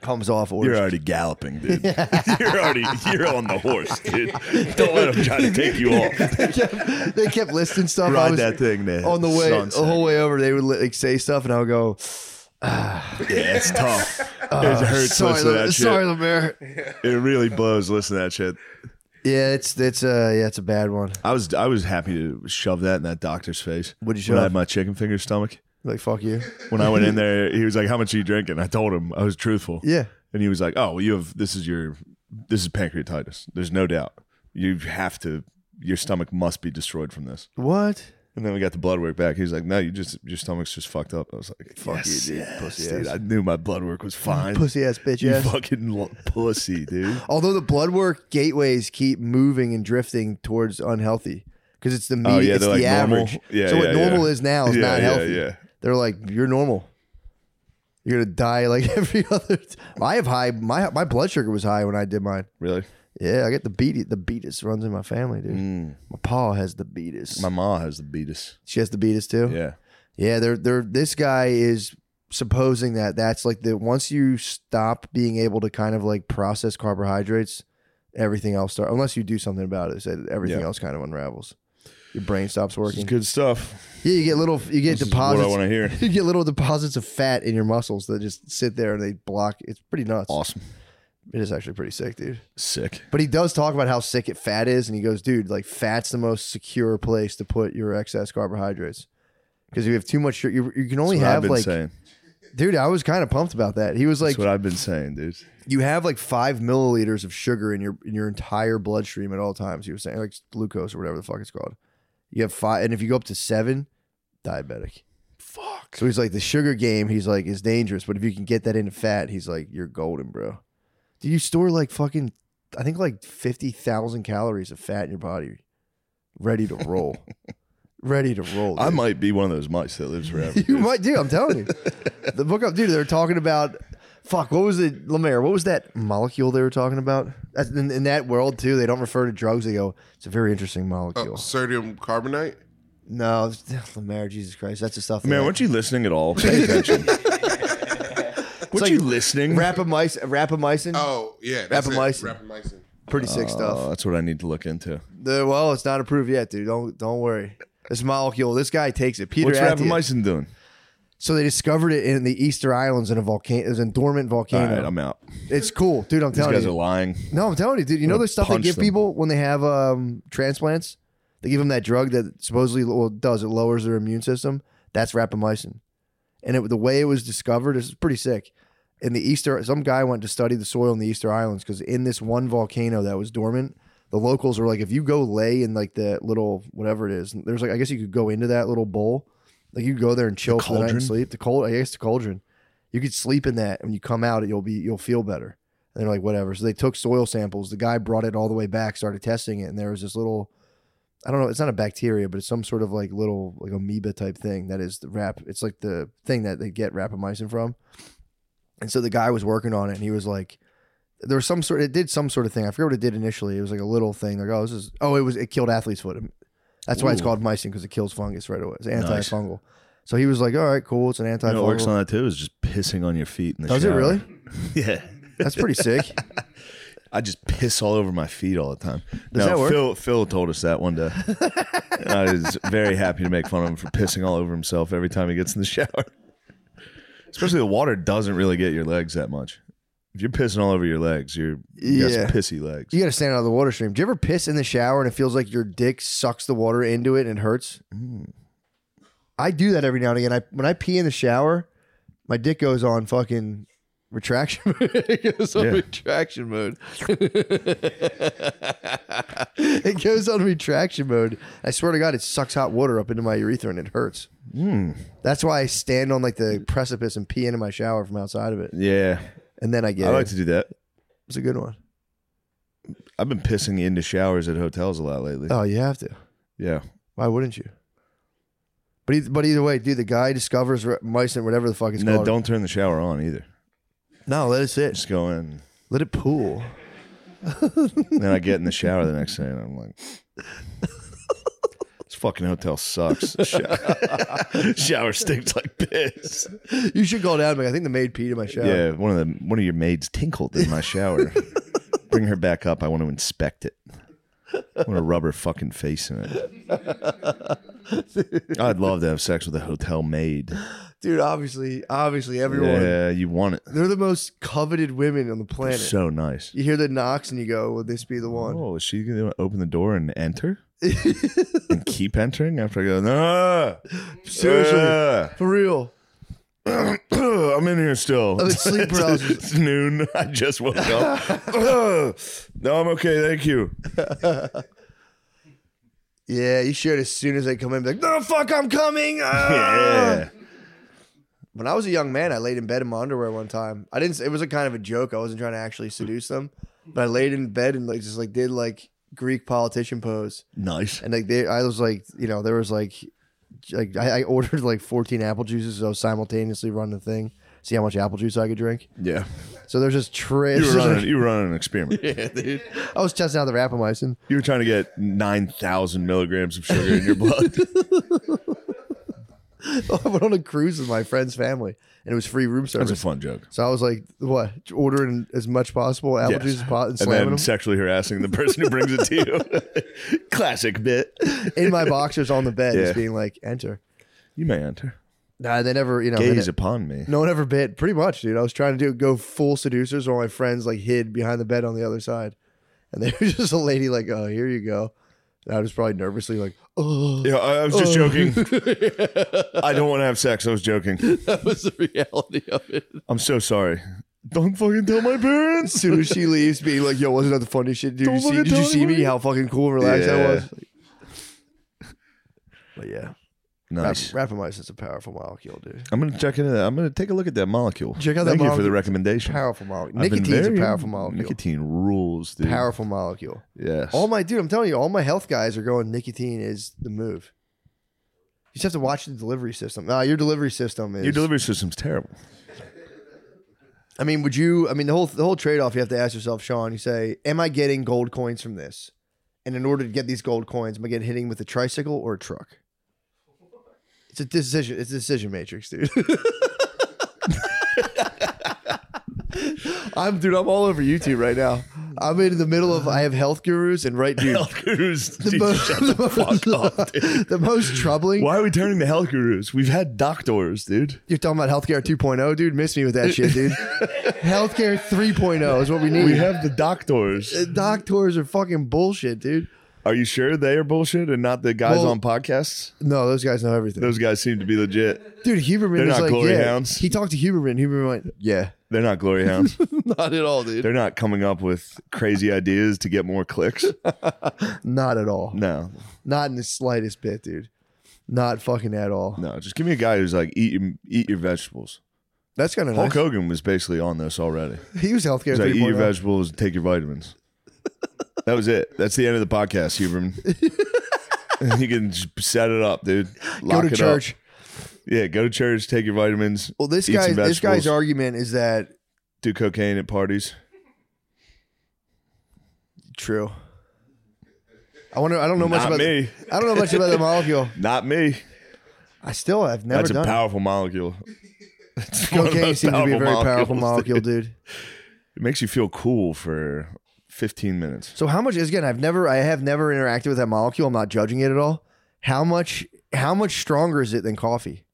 [SPEAKER 2] Comes off
[SPEAKER 1] You're
[SPEAKER 2] orders.
[SPEAKER 1] already galloping, dude. you're already you're on the horse, dude. Don't let him try to take you off.
[SPEAKER 2] they, kept, they kept listing stuff. I
[SPEAKER 1] Ride
[SPEAKER 2] was,
[SPEAKER 1] that thing, man.
[SPEAKER 2] on the way Oh.
[SPEAKER 1] Sunset.
[SPEAKER 2] the whole way over they would like say stuff and i would go
[SPEAKER 1] Yeah, it's tough. it hurts
[SPEAKER 2] Ah,
[SPEAKER 1] listening
[SPEAKER 2] sorry
[SPEAKER 1] to
[SPEAKER 2] Le-
[SPEAKER 1] that
[SPEAKER 2] sorry
[SPEAKER 1] shit.
[SPEAKER 2] lemaire
[SPEAKER 1] It really blows listening to that shit.
[SPEAKER 2] Yeah, it's it's uh yeah, it's a bad one.
[SPEAKER 1] I was I was happy to shove that in that doctor's face.
[SPEAKER 2] Would you
[SPEAKER 1] When I
[SPEAKER 2] shove?
[SPEAKER 1] had my chicken finger stomach.
[SPEAKER 2] Like fuck you.
[SPEAKER 1] When I went in there, he was like, "How much are you drinking?" I told him I was truthful,
[SPEAKER 2] Yeah.
[SPEAKER 1] and he was like, "Oh, well, you have this is your this is pancreatitis. There's no doubt. You have to. Your stomach must be destroyed from this."
[SPEAKER 2] What?
[SPEAKER 1] And then we got the blood work back. He's like, "No, you just your stomach's just fucked up." I was like, "Fuck
[SPEAKER 2] Yes,
[SPEAKER 1] you, dude,
[SPEAKER 2] yes,
[SPEAKER 1] pussy
[SPEAKER 2] yes.
[SPEAKER 1] dude. I knew my blood work was fine.
[SPEAKER 2] Pussy ass bitch
[SPEAKER 1] you
[SPEAKER 2] ass.
[SPEAKER 1] fucking lo- pussy, dude.
[SPEAKER 2] Although the blood work gateways keep moving and drifting towards unhealthy because it's the media,
[SPEAKER 1] Oh, yeah,
[SPEAKER 2] it's the
[SPEAKER 1] they're like normal.
[SPEAKER 2] average.
[SPEAKER 1] Yeah,
[SPEAKER 2] so what
[SPEAKER 1] yeah,
[SPEAKER 2] normal
[SPEAKER 1] yeah.
[SPEAKER 2] is now is
[SPEAKER 1] Yeah,
[SPEAKER 2] not
[SPEAKER 1] yeah,
[SPEAKER 2] healthy.
[SPEAKER 1] yeah.
[SPEAKER 2] They're like you're normal. You're gonna die like every other. t- I have high my my blood sugar was high when I did mine.
[SPEAKER 1] Really?
[SPEAKER 2] Yeah, I get the beat the beatus runs in my family, dude. My pa has the beatus.
[SPEAKER 1] Mm. My ma has the beatus.
[SPEAKER 2] she has the beatus too.
[SPEAKER 1] Yeah,
[SPEAKER 2] Yeah, they're they're this guy is supposing that that's like the once you stop being able to kind of like process carbohydrates, everything else start unless you do something about it. So everything
[SPEAKER 1] Yeah.
[SPEAKER 2] else kind of unravels. Your brain stops
[SPEAKER 1] this is
[SPEAKER 2] working.
[SPEAKER 1] good stuff.
[SPEAKER 2] Yeah, you get little you get
[SPEAKER 1] This is what I
[SPEAKER 2] deposits.
[SPEAKER 1] want to hear.
[SPEAKER 2] You get little deposits of fat in your muscles that just sit there and they block. It's pretty nuts.
[SPEAKER 1] Awesome.
[SPEAKER 2] It is actually pretty sick, dude.
[SPEAKER 1] Sick.
[SPEAKER 2] But he does talk about how sick it fat is, and he goes, "Dude, like fat's the most secure place to put your excess carbohydrates because if you have too much, sugar- you, you can only
[SPEAKER 1] That's what I've
[SPEAKER 2] have
[SPEAKER 1] been
[SPEAKER 2] like."
[SPEAKER 1] saying.
[SPEAKER 2] Dude, I was kind of pumped about that. He was like,
[SPEAKER 1] That's what I've been saying, dude.
[SPEAKER 2] "You have like five milliliters of sugar in your in your entire bloodstream at all times." He was saying, like glucose or whatever the fuck it's called. You have five, and if you go up to seven, diabetic.
[SPEAKER 1] Fuck.
[SPEAKER 2] So he's like, the sugar game. He's like, is dangerous, but if you can get that into fat, he's like, you're golden, bro. Do you store like fucking? I think like fifty thousand calories of fat in your body, ready to roll, ready to roll.
[SPEAKER 1] I
[SPEAKER 2] dude.
[SPEAKER 1] might be one of those mice that lives forever.
[SPEAKER 2] You might do. I'm telling you. the book up, dude. They're talking about. Fuck. What was it, Lemaire? What was that molecule they were talking about? That's, in, in that world too, they don't refer to drugs. They go, "It's a very interesting molecule."
[SPEAKER 3] Oh, sodium carbonate.
[SPEAKER 2] No, it's- Lemaire, Jesus Christ, that's the stuff.
[SPEAKER 1] Man,
[SPEAKER 2] that-
[SPEAKER 1] weren't you listening at all? Pay attention. weren't
[SPEAKER 2] like
[SPEAKER 1] you listening?
[SPEAKER 2] rapamycin? Rapamycin,
[SPEAKER 3] Oh yeah, that's it.
[SPEAKER 2] Rapamycin.
[SPEAKER 3] Rapamycin.
[SPEAKER 2] pretty sick
[SPEAKER 1] Oh,
[SPEAKER 2] stuff.
[SPEAKER 1] that's what I need to look into.
[SPEAKER 2] The- well, it's not approved yet, dude. Don't don't worry. This molecule, this guy takes it. Peter
[SPEAKER 1] What's
[SPEAKER 2] Attia.
[SPEAKER 1] rapamycin doing?
[SPEAKER 2] So they discovered it in the Easter Islands in a volcano. It was a dormant
[SPEAKER 1] All
[SPEAKER 2] volcano.
[SPEAKER 1] right, I'm out.
[SPEAKER 2] it's cool, dude. I'm
[SPEAKER 1] These
[SPEAKER 2] telling
[SPEAKER 1] guys
[SPEAKER 2] you.
[SPEAKER 1] are lying.
[SPEAKER 2] No, I'm telling you, dude. You know
[SPEAKER 1] gonna
[SPEAKER 2] the stuff they
[SPEAKER 1] punch
[SPEAKER 2] give
[SPEAKER 1] them.
[SPEAKER 2] people when they have um, transplants? They give them that drug that supposedly well, does it lowers their immune system. That's rapamycin, and it, the way it was discovered is pretty sick. In the Easter, some guy went to study the soil in the Easter Islands because in this one volcano that was dormant, the locals were like, if you go lay in like that little whatever it is, there's like I guess you could go into that little bowl, like you could go there and chill for the night and
[SPEAKER 1] cauldron?
[SPEAKER 2] sleep. The cold, I guess the cauldron, you could sleep in that, and when you come out, you'll be you'll feel better. And they're like, whatever. So they took soil samples. The guy brought it all the way back, started testing it, and there was this little, I don't know, it's not a bacteria, but it's some sort of like little like amoeba type thing that is the rap. It's like the thing that they get rapamycin from. And so the guy was working on it, and he was like, there was some sort. It did some sort of thing. I forget what it did initially. It was like a little thing. Like, oh, this is. Oh, it was. It killed athlete's foot. That's why it's
[SPEAKER 1] Ooh.
[SPEAKER 2] called mycin because it kills fungus right away. It's
[SPEAKER 1] Nice.
[SPEAKER 2] antifungal. So he was like, all right, cool. It's an antifungal.
[SPEAKER 1] You know what works on that too is just pissing on your feet in the
[SPEAKER 2] Does it
[SPEAKER 1] shower.
[SPEAKER 2] really?
[SPEAKER 1] Yeah.
[SPEAKER 2] That's pretty sick.
[SPEAKER 1] I just piss all over my feet all the time. no,
[SPEAKER 2] Does that work?
[SPEAKER 1] Phil Phil told us that one day. and I was very happy to make fun of him for pissing all over himself every time he gets in the shower. Especially the water doesn't really get your legs that much. If you're pissing all over your legs, you're you got
[SPEAKER 2] Yeah.
[SPEAKER 1] some pissy legs.
[SPEAKER 2] You got to stand out of the water stream. Do you ever piss in the shower and it feels like your dick sucks the water into it and it hurts? Mm. I do that every now and again. I when I pee in the shower, my dick goes on fucking retraction. mode. it goes on
[SPEAKER 1] Yeah.
[SPEAKER 2] retraction mode. it goes on retraction mode. I swear to God, it sucks hot water up into my urethra and it hurts.
[SPEAKER 1] Hmm.
[SPEAKER 2] That's why I stand on like the precipice and pee into my shower from outside of it,
[SPEAKER 1] Yeah.
[SPEAKER 2] and then I get
[SPEAKER 1] I
[SPEAKER 2] it.
[SPEAKER 1] like to do that.
[SPEAKER 2] it's a good one.
[SPEAKER 1] I've been pissing into showers at hotels a lot lately.
[SPEAKER 2] Oh, you have to.
[SPEAKER 1] Yeah.
[SPEAKER 2] Why wouldn't you? But either, but either way, dude, the guy discovers re- mycin, whatever the fuck it's
[SPEAKER 1] No,
[SPEAKER 2] called.
[SPEAKER 1] don't turn the shower on either.
[SPEAKER 2] No, let it sit.
[SPEAKER 1] Just go in.
[SPEAKER 2] Let it pool.
[SPEAKER 1] then I get in the shower the next day and I'm like, this fucking hotel sucks. Shower, shower stinks like piss.
[SPEAKER 2] You should go down. Like, I think the maid peed in my shower.
[SPEAKER 1] Yeah, one of the one of your maids tinkled in my shower. Bring her back up. I want to inspect it. I want to rub her fucking face in it. I'd love to have sex with a hotel maid.
[SPEAKER 2] dude. Obviously, obviously, everyone.
[SPEAKER 1] Yeah, you want it.
[SPEAKER 2] They're the most coveted women on the planet.
[SPEAKER 1] So nice.
[SPEAKER 2] you hear the knocks and you go, "Would this be the one?"
[SPEAKER 1] Oh, is she gonna open the door and enter and keep entering after I go? No,
[SPEAKER 2] Seriously,
[SPEAKER 1] Ah.
[SPEAKER 2] for real.
[SPEAKER 1] I'm in here still.
[SPEAKER 2] Oh, it's sleep paralysis.
[SPEAKER 1] It's noon. I just woke up. no, I'm okay. Thank you.
[SPEAKER 2] Yeah, you should. As soon as they come in, be like, "No, fuck, I'm coming!" Ah!
[SPEAKER 1] Yeah.
[SPEAKER 2] When I was a young man, I laid in bed in my underwear one time. I didn't. It was a kind of a joke. I wasn't trying to actually seduce them, but I laid in bed and like just like did like Greek politician pose,
[SPEAKER 1] Nice.
[SPEAKER 2] and like they, I was like, you know, there was like, like I, I ordered like 14 apple juices. So I was simultaneously running the thing, see how much apple juice I could drink.
[SPEAKER 1] Yeah.
[SPEAKER 2] So there's just trash.
[SPEAKER 1] You were running. You were running an experiment.
[SPEAKER 2] I was testing out the rapamycin.
[SPEAKER 1] You were trying to get nine thousand milligrams of sugar in your blood.
[SPEAKER 2] I went on a cruise with my friend's family, and it was free room
[SPEAKER 1] That's
[SPEAKER 2] service.
[SPEAKER 1] a fun joke.
[SPEAKER 2] So I was like, what? Ordering as much possible apple
[SPEAKER 1] Yes.
[SPEAKER 2] juice as pot and
[SPEAKER 1] And
[SPEAKER 2] slamming
[SPEAKER 1] then
[SPEAKER 2] them
[SPEAKER 1] sexually harassing the person who brings it to you. Classic bit.
[SPEAKER 2] in my boxers on the bed,
[SPEAKER 1] Yeah.
[SPEAKER 2] just being like, enter.
[SPEAKER 1] You may enter.
[SPEAKER 2] Nah, they never, you know, they
[SPEAKER 1] Gaze
[SPEAKER 2] ne-
[SPEAKER 1] upon me.
[SPEAKER 2] no one ever bit. Pretty much, dude. I was trying to do go full seducers while my friends like hid behind the bed on the other side, and there was just a lady like, oh, here you go. And I was probably nervously like, oh,
[SPEAKER 1] Yeah, I I was just joking. I don't want to have sex. I was joking.
[SPEAKER 4] That was the reality of it.
[SPEAKER 1] I'm so sorry. Don't fucking tell my parents.
[SPEAKER 2] as soon as she leaves, being like, yo, wasn't that the funny shit? Dude, you
[SPEAKER 1] Don't
[SPEAKER 2] see,
[SPEAKER 1] look at
[SPEAKER 2] did you
[SPEAKER 1] Tony,
[SPEAKER 2] see me?
[SPEAKER 1] woman.
[SPEAKER 2] How fucking cool and relaxed I
[SPEAKER 1] Yeah.
[SPEAKER 2] was. But yeah, rap-
[SPEAKER 1] Nice.
[SPEAKER 2] rapamycin is a powerful molecule, dude.
[SPEAKER 1] I'm gonna check into that. I'm gonna take a look at that molecule.
[SPEAKER 2] Check out that
[SPEAKER 1] Thank you for
[SPEAKER 2] molecule.
[SPEAKER 1] the recommendation.
[SPEAKER 2] Powerful molecule.
[SPEAKER 1] I've been
[SPEAKER 2] Nicotine's
[SPEAKER 1] very-
[SPEAKER 2] a powerful molecule.
[SPEAKER 1] Nicotine rules, dude.
[SPEAKER 2] Powerful molecule.
[SPEAKER 1] Yes.
[SPEAKER 2] All my dude, I'm telling you, all my health guys are going. Nicotine is the move. You just have to watch the delivery system. Nah, your delivery system is.
[SPEAKER 1] Your delivery system's terrible.
[SPEAKER 2] I mean, would you? I mean, the whole the whole trade off you have to ask yourself, Sean. You say, "Am I getting gold coins from this?" And in order to get these gold coins, am I getting hitting with a tricycle or a truck? It's a decision. It's a decision matrix, dude. I'm dude. I'm all over YouTube right now. I'm in the middle of. I have health gurus and right, dude.
[SPEAKER 1] Health gurus.
[SPEAKER 2] The
[SPEAKER 1] dude,
[SPEAKER 2] most-
[SPEAKER 1] shut the fuck up, dude.
[SPEAKER 2] the most troubling.
[SPEAKER 1] Why are we turning to health gurus? We've had doctors, dude.
[SPEAKER 2] You're talking about healthcare 2.0, dude. Miss me with that shit, dude. healthcare 3.0 is what we need.
[SPEAKER 1] We have the doctors.
[SPEAKER 2] The doctors are fucking bullshit, dude.
[SPEAKER 1] Are you sure they are bullshit and not the guys
[SPEAKER 2] Well-
[SPEAKER 1] on podcasts?
[SPEAKER 2] No, those guys know everything.
[SPEAKER 1] Those guys seem to be legit.
[SPEAKER 2] dude, Huberman
[SPEAKER 1] They're
[SPEAKER 2] was
[SPEAKER 1] not
[SPEAKER 2] like,
[SPEAKER 1] glory
[SPEAKER 2] yeah.
[SPEAKER 1] hounds.
[SPEAKER 2] He talked to Huberman. Huberman went, yeah.
[SPEAKER 1] They're not glory hounds.
[SPEAKER 4] Not at all, dude.
[SPEAKER 1] They're not coming up with crazy ideas to get more clicks.
[SPEAKER 2] Not at all.
[SPEAKER 1] No,
[SPEAKER 2] Not in the slightest bit, dude. Not fucking at all.
[SPEAKER 1] no. Just give me a guy who's like eat your, eat your vegetables.
[SPEAKER 2] That's kind of nice.
[SPEAKER 1] Hulk Hogan was basically on this already.
[SPEAKER 2] He was healthcare oh."
[SPEAKER 1] He's like eat your
[SPEAKER 2] 3.0.
[SPEAKER 1] vegetables, take your vitamins. That was it. That's the end of the podcast, Huberman. you can just set it up, dude.
[SPEAKER 2] Go
[SPEAKER 1] Lock
[SPEAKER 2] to
[SPEAKER 1] it
[SPEAKER 2] church.
[SPEAKER 1] Up. Yeah, go to church, take your vitamins,
[SPEAKER 2] Well, this
[SPEAKER 1] Eat some
[SPEAKER 2] guy, this guy's
[SPEAKER 1] vegetables.
[SPEAKER 2] argument is that
[SPEAKER 1] do cocaine at parties.
[SPEAKER 2] true. I wonder. I don't know much
[SPEAKER 1] Not
[SPEAKER 2] about.
[SPEAKER 1] me.
[SPEAKER 2] I don't know much about the molecule.
[SPEAKER 1] Not me.
[SPEAKER 2] I still have never
[SPEAKER 1] That's a
[SPEAKER 2] done. it.
[SPEAKER 1] powerful molecule. It's one of the
[SPEAKER 2] Cocaine
[SPEAKER 1] most
[SPEAKER 2] seems to be a very powerful
[SPEAKER 1] molecules,
[SPEAKER 2] molecule,
[SPEAKER 1] dude.
[SPEAKER 2] dude.
[SPEAKER 1] It makes you feel cool for 15 minutes.
[SPEAKER 2] So how much is again? I've never, I have never interacted with that molecule. I'm not judging it at all. How much, how much stronger is it than coffee?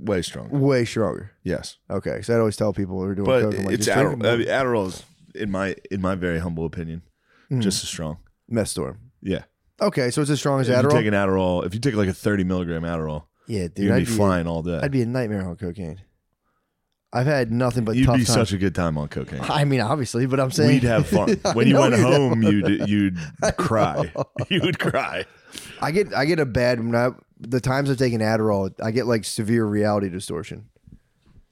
[SPEAKER 1] Way strong.
[SPEAKER 2] Way stronger.
[SPEAKER 1] Yes.
[SPEAKER 2] Okay, so I always tell people who are doing
[SPEAKER 1] But
[SPEAKER 2] coke, I'm like,
[SPEAKER 1] it's
[SPEAKER 2] just drink
[SPEAKER 1] Adderall.
[SPEAKER 2] more.
[SPEAKER 1] I mean, Adderall's in my in my very humble opinion,
[SPEAKER 2] Mm.
[SPEAKER 1] just as strong.
[SPEAKER 2] meth storm.
[SPEAKER 1] Yeah.
[SPEAKER 2] Okay, so it's as strong as
[SPEAKER 1] If you
[SPEAKER 2] Adderall.
[SPEAKER 1] take an Adderall, if you take like a 30 milligram Adderall,
[SPEAKER 2] yeah, dude,
[SPEAKER 1] you'd
[SPEAKER 2] I'd
[SPEAKER 1] be, flying all
[SPEAKER 2] I'd
[SPEAKER 1] day.
[SPEAKER 2] be a nightmare on cocaine. I've had nothing but
[SPEAKER 1] You'd
[SPEAKER 2] tough
[SPEAKER 1] be
[SPEAKER 2] times.
[SPEAKER 1] such a good time on cocaine.
[SPEAKER 2] I mean, obviously, but I'm saying
[SPEAKER 1] We'd have fun. When you
[SPEAKER 2] know
[SPEAKER 1] went
[SPEAKER 2] we'd have
[SPEAKER 1] home, you'd you'd cry. You would cry.
[SPEAKER 2] I get I get a bad when I, the times I've taken Adderall, I get like severe reality distortion.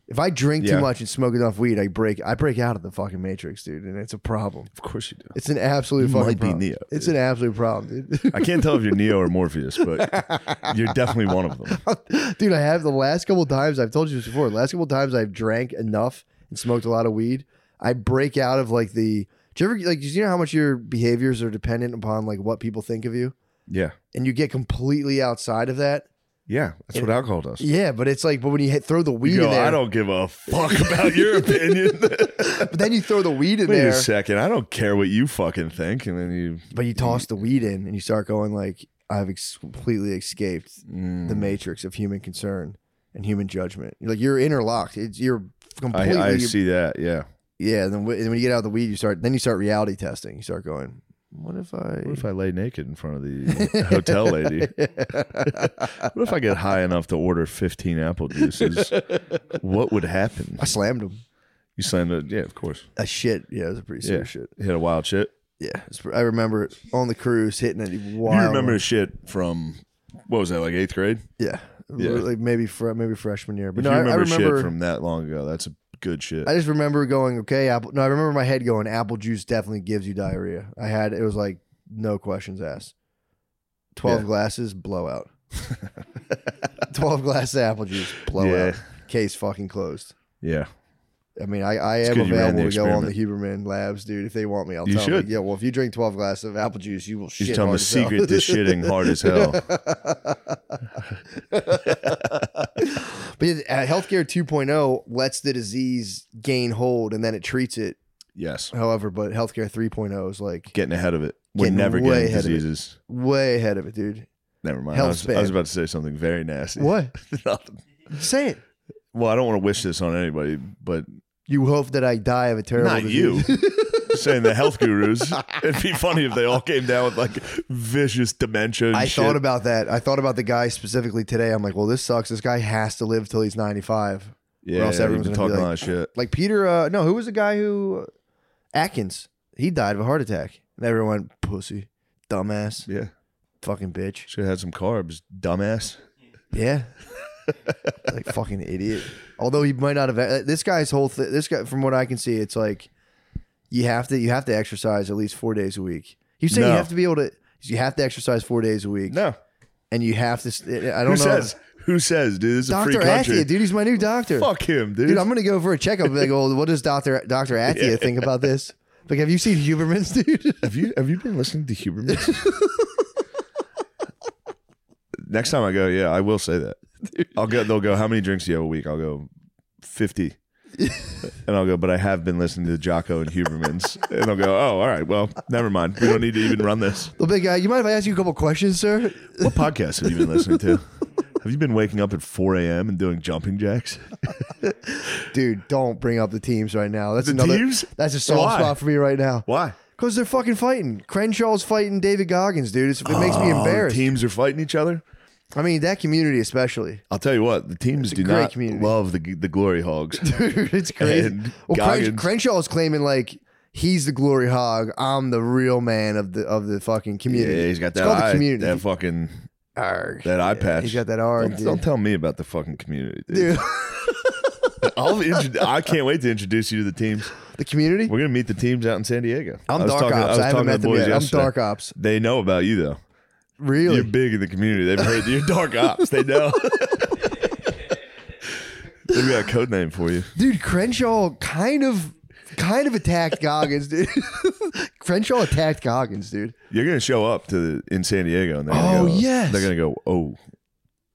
[SPEAKER 2] If I drink too
[SPEAKER 1] Yeah.
[SPEAKER 2] much and smoke enough weed, I break I break out of the fucking matrix, dude, and it's a problem.
[SPEAKER 1] Of course you do.
[SPEAKER 2] It's an absolute
[SPEAKER 1] You
[SPEAKER 2] fucking
[SPEAKER 1] might be
[SPEAKER 2] problem.
[SPEAKER 1] Neo,
[SPEAKER 2] It's an absolute problem, dude.
[SPEAKER 1] I can't tell if you're Neo or Morpheus, but you're definitely one of them.
[SPEAKER 2] dude, I have the last couple times I've told you this before. The last couple times I've drank enough and smoked a lot of weed, I break out of like the. Do you ever like? Do you know how much your behaviors are dependent upon like what people think of you,
[SPEAKER 1] Yeah.
[SPEAKER 2] and you get completely outside of that?
[SPEAKER 1] Yeah. That's what alcohol does.
[SPEAKER 2] Yeah, but it's like, but when you hit, throw the weed
[SPEAKER 1] You go,
[SPEAKER 2] in there,
[SPEAKER 1] I don't give a fuck about your opinion.
[SPEAKER 2] But then you throw the weed in
[SPEAKER 1] Wait
[SPEAKER 2] there,
[SPEAKER 1] a second. I don't care what you fucking think. And then you,
[SPEAKER 2] but you toss the weed in and you start going like, I've ex- completely escaped
[SPEAKER 1] Mm.
[SPEAKER 2] the matrix of human concern and human judgment. Like you're interlocked. It's you're completely.
[SPEAKER 1] I, I see that. Yeah.
[SPEAKER 2] Yeah. Then wh- and when you get out of the weed, you start. Then you start reality testing. You start going. What if I?
[SPEAKER 1] What if I lay naked in front of the hotel lady? What if I get high enough to order 15 apple juices? what would happen?
[SPEAKER 2] I slammed him.
[SPEAKER 1] You slammed it. Yeah, of course.
[SPEAKER 2] I shit. Yeah, it was a pretty serious shit.
[SPEAKER 1] You had a wild shit.
[SPEAKER 2] Yeah, it's pr- I remember it on the cruise hitting it. Wild
[SPEAKER 1] You remember
[SPEAKER 2] one.
[SPEAKER 1] shit from, what was that, like eighth grade?
[SPEAKER 2] Yeah,
[SPEAKER 1] Yeah.
[SPEAKER 2] like maybe fr- maybe freshman year. But
[SPEAKER 1] If
[SPEAKER 2] no,
[SPEAKER 1] you
[SPEAKER 2] I-
[SPEAKER 1] remember,
[SPEAKER 2] I remember
[SPEAKER 1] shit from that long ago, that's a good shit.
[SPEAKER 2] I just remember going, okay, apple. No, I remember my head going, apple juice definitely gives you diarrhea. I had it was like no questions asked. Twelve
[SPEAKER 1] Yeah.
[SPEAKER 2] glasses, blowout. Twelve glasses of apple juice, blowout. Case fucking closed.
[SPEAKER 1] yeah.
[SPEAKER 2] I mean, I, I am
[SPEAKER 1] good you ran the
[SPEAKER 2] available to go on the Huberman Labs, dude. If they want me, I'll
[SPEAKER 1] You
[SPEAKER 2] tell
[SPEAKER 1] should.
[SPEAKER 2] them. Yeah, well, if you drink twelve glasses of apple juice, you will shit.
[SPEAKER 1] He's telling the
[SPEAKER 2] hard as hell.
[SPEAKER 1] secret to shitting hard as hell.
[SPEAKER 2] But yeah, uh, healthcare 2.0 lets the disease gain hold and then it treats it.
[SPEAKER 1] Yes.
[SPEAKER 2] However, but healthcare 3.0 is like
[SPEAKER 1] Getting ahead of it. We're
[SPEAKER 2] Getting
[SPEAKER 1] never getting
[SPEAKER 2] way ahead of it.
[SPEAKER 1] diseases.
[SPEAKER 2] way ahead of it, dude.
[SPEAKER 1] Never mind. I
[SPEAKER 2] Health
[SPEAKER 1] was, I
[SPEAKER 2] span.
[SPEAKER 1] was about to say something very nasty.
[SPEAKER 2] What?
[SPEAKER 1] Nothing.
[SPEAKER 2] Say it.
[SPEAKER 1] well, I don't want to wish this on anybody, but
[SPEAKER 2] You hope that I die of a terrible
[SPEAKER 1] Not
[SPEAKER 2] disease.
[SPEAKER 1] saying the health gurus, it'd be funny if they all came down with like vicious dementia. And
[SPEAKER 2] I
[SPEAKER 1] shit.
[SPEAKER 2] thought about that. I thought about the guy specifically today. I'm like, well, this sucks. This guy has to live till he's 95.
[SPEAKER 1] yeah,
[SPEAKER 2] else
[SPEAKER 1] yeah,
[SPEAKER 2] everyone's
[SPEAKER 1] you've been
[SPEAKER 2] gonna
[SPEAKER 1] talking
[SPEAKER 2] be
[SPEAKER 1] a lot of shit.
[SPEAKER 2] Like Peter, uh, no, who was the guy who Atkins? He died of a heart attack. And everyone, pussy, dumbass,
[SPEAKER 1] Yeah,
[SPEAKER 2] fucking bitch.
[SPEAKER 1] should have had some carbs, dumbass.
[SPEAKER 2] Yeah. like fucking idiot. Although he might not have uh, this guy's whole thing. This guy, from what I can see, it's like you have to you have to exercise at least four days a week. You say
[SPEAKER 1] No.
[SPEAKER 2] you have to be able to. You have to exercise four days a week.
[SPEAKER 1] No,
[SPEAKER 2] and you have to. st- I
[SPEAKER 1] who
[SPEAKER 2] don't know.
[SPEAKER 1] says? Who says, dude? This is a free
[SPEAKER 2] Doctor
[SPEAKER 1] country.
[SPEAKER 2] Atia, dude, he's my new doctor.
[SPEAKER 1] Fuck him, dude.
[SPEAKER 2] Dude, I'm gonna go for a checkup. Be like, oh, what does Doctor Doctor Atia think about this? Like, have you seen Huberman's, dude?
[SPEAKER 1] have you have you been listening to Huberman? Next time I go, yeah, I will say that. I'll go. They'll go. How many drinks do you have a week? I'll go fifty. And I'll go, but I have been listening to Jocko and Huberman's. And I'll go, oh, all right, well, never mind. We don't need to even run this.
[SPEAKER 2] The big guy. uh, You mind if I ask you a couple questions, sir?
[SPEAKER 1] What podcast have you been listening to? Have you been waking up at 4 a.m. and doing jumping jacks?
[SPEAKER 2] Dude, don't bring up the teams right now. That's
[SPEAKER 1] The
[SPEAKER 2] another.
[SPEAKER 1] teams?
[SPEAKER 2] That's a soft
[SPEAKER 1] Why?
[SPEAKER 2] spot for me right now.
[SPEAKER 1] Why?
[SPEAKER 2] Because they're fucking fighting. Crenshaw's fighting David Goggins, dude. It's, it makes
[SPEAKER 1] Oh,
[SPEAKER 2] me embarrassed.
[SPEAKER 1] Teams are fighting each other.
[SPEAKER 2] I mean, that community especially.
[SPEAKER 1] I'll tell you what, the teams
[SPEAKER 2] It's
[SPEAKER 1] do
[SPEAKER 2] a great
[SPEAKER 1] not
[SPEAKER 2] community.
[SPEAKER 1] love the the glory hogs.
[SPEAKER 2] Dude, it's crazy.
[SPEAKER 1] And
[SPEAKER 2] well, Cren-
[SPEAKER 1] Goggins-
[SPEAKER 2] Crenshaw's claiming like he's the glory hog. I'm the real man of the of the fucking
[SPEAKER 1] yeah,
[SPEAKER 2] community.
[SPEAKER 1] he's got
[SPEAKER 2] It's
[SPEAKER 1] that
[SPEAKER 2] called the
[SPEAKER 1] eye,
[SPEAKER 2] community.
[SPEAKER 1] that fucking
[SPEAKER 2] Arg.
[SPEAKER 1] that eye patch.
[SPEAKER 2] He's got that R,
[SPEAKER 1] don't,
[SPEAKER 2] dude.
[SPEAKER 1] don't tell me about the fucking community, dude.
[SPEAKER 2] Dude,
[SPEAKER 1] I'll intro- I can't wait to introduce you to the teams.
[SPEAKER 2] the community.
[SPEAKER 1] We're gonna meet the teams out in San Diego.
[SPEAKER 2] I'm
[SPEAKER 1] was
[SPEAKER 2] dark
[SPEAKER 1] talking-
[SPEAKER 2] ops.
[SPEAKER 1] was
[SPEAKER 2] I, haven't
[SPEAKER 1] talking to
[SPEAKER 2] met
[SPEAKER 1] the
[SPEAKER 2] them
[SPEAKER 1] boys
[SPEAKER 2] yet. I'm
[SPEAKER 1] yesterday.
[SPEAKER 2] dark ops.
[SPEAKER 1] They know about you though.
[SPEAKER 2] Really?
[SPEAKER 1] You're big in the community. They've heard you're dark ops. They know. They've got a code name for you.
[SPEAKER 2] Dude, Crenshaw kind of kind of attacked Goggins, dude. Crenshaw attacked Goggins, dude.
[SPEAKER 1] You're gonna show up to the, in San Diego, and they're gonna
[SPEAKER 2] Oh,
[SPEAKER 1] go,
[SPEAKER 2] yes.
[SPEAKER 1] they're gonna go. Oh,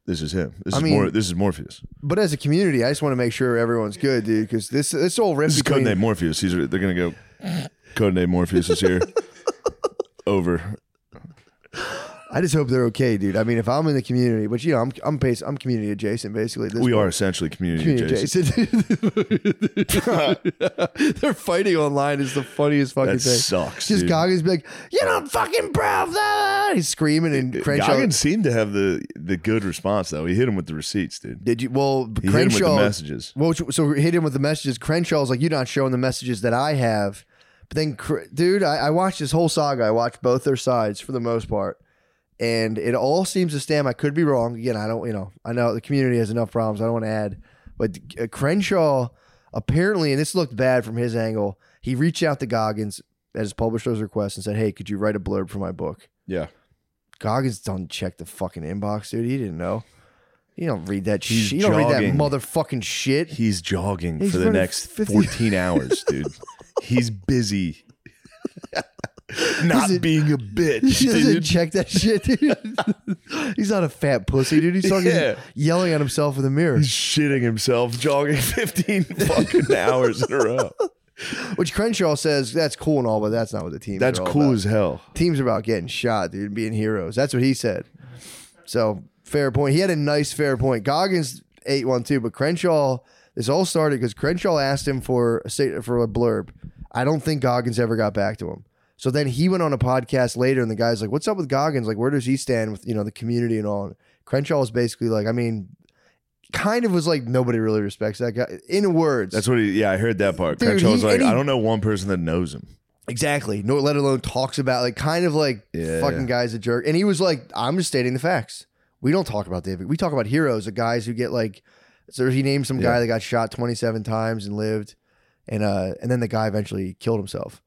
[SPEAKER 1] this is him. This
[SPEAKER 2] I
[SPEAKER 1] is
[SPEAKER 2] mean-
[SPEAKER 1] Mor- this is Morpheus.
[SPEAKER 2] But as a community, I just want to make sure everyone's good, dude, because this this whole rift
[SPEAKER 1] This is
[SPEAKER 2] between
[SPEAKER 1] codename Morpheus. He's, they're gonna go. Codename Morpheus is here. Over.
[SPEAKER 2] I just hope they're okay, dude. I mean, if I'm in the community, but you know, I'm I'm bas- I'm community adjacent, basically. at This
[SPEAKER 1] We
[SPEAKER 2] point.
[SPEAKER 1] are essentially community,
[SPEAKER 2] community
[SPEAKER 1] adjacent.
[SPEAKER 2] adjacent. they're fighting online is the funniest fucking
[SPEAKER 1] That
[SPEAKER 2] thing.
[SPEAKER 1] sucks.
[SPEAKER 2] Just
[SPEAKER 1] dude.
[SPEAKER 2] Goggins be like, "You don't fucking prove that!" He's screaming and Crenshaw.
[SPEAKER 1] Goggins seemed to have the the good response though. He hit him with the receipts, dude.
[SPEAKER 2] Did you? Well,
[SPEAKER 1] He hit him with the
[SPEAKER 2] Crenshaw.
[SPEAKER 1] messages.
[SPEAKER 2] Well, which- so hit him with the messages. Crenshaw's like, "You're not showing the messages that I have." But then, Cr- dude, I, I watched this whole saga. I watched both their sides for the most part, and it all seems to stem. I could be wrong. Again, I don't. You know, I know the community has enough problems. I don't want to add, but uh, Crenshaw apparently, and this looked bad from his angle. He reached out to Goggins at his publisher's request and said, "Hey, could you write a blurb for my book?"
[SPEAKER 1] Yeah,
[SPEAKER 2] Goggins don't check the fucking inbox, dude. He didn't know. He don't read that
[SPEAKER 1] He's
[SPEAKER 2] shit. You don't read that
[SPEAKER 1] jogging.
[SPEAKER 2] motherfucking shit.
[SPEAKER 1] he's jogging
[SPEAKER 2] He's
[SPEAKER 1] for the
[SPEAKER 2] running
[SPEAKER 1] next
[SPEAKER 2] 50
[SPEAKER 1] 14 hours, dude. He's busy. Not
[SPEAKER 2] He's a-
[SPEAKER 1] being a bitch,
[SPEAKER 2] He doesn't
[SPEAKER 1] dude.
[SPEAKER 2] check that shit, dude. He's not a fat pussy, dude. He's talking,
[SPEAKER 1] Yeah.
[SPEAKER 2] yelling at himself in the mirror.
[SPEAKER 1] He's shitting himself jogging 15 fucking hours in a row.
[SPEAKER 2] Which Crenshaw says that's cool and all, but that's not what the team.
[SPEAKER 1] That's cool as hell.
[SPEAKER 2] teams are about getting shot, dude, and being heroes. That's what he said. So fair point. He had a nice fair point. Goggins ate one too, but Crenshaw. This all started because Crenshaw asked him for a state for a blurb. I don't think Goggins ever got back to him. So then he went on a podcast later, and the guy's like, "What's up with Goggins? Like, where does he stand with you know the community and all?" And Crenshaw was basically like, "I mean." Kind of was like nobody really respects that guy. In words,
[SPEAKER 1] That's what he. Yeah, I heard that part.
[SPEAKER 2] Dude,
[SPEAKER 1] Crenshaw was
[SPEAKER 2] he-
[SPEAKER 1] like,
[SPEAKER 2] and he-
[SPEAKER 1] I don't know one person that knows him.
[SPEAKER 2] Exactly. No, let alone talks about like kind of like
[SPEAKER 1] Yeah.
[SPEAKER 2] fucking guy's a jerk. And he was like, I'm just stating the facts. We don't talk about David. We talk about heroes, the guys who get like. So he named some guy
[SPEAKER 1] Yeah.
[SPEAKER 2] that got shot 27 times and lived, and uh, and then the guy eventually killed himself.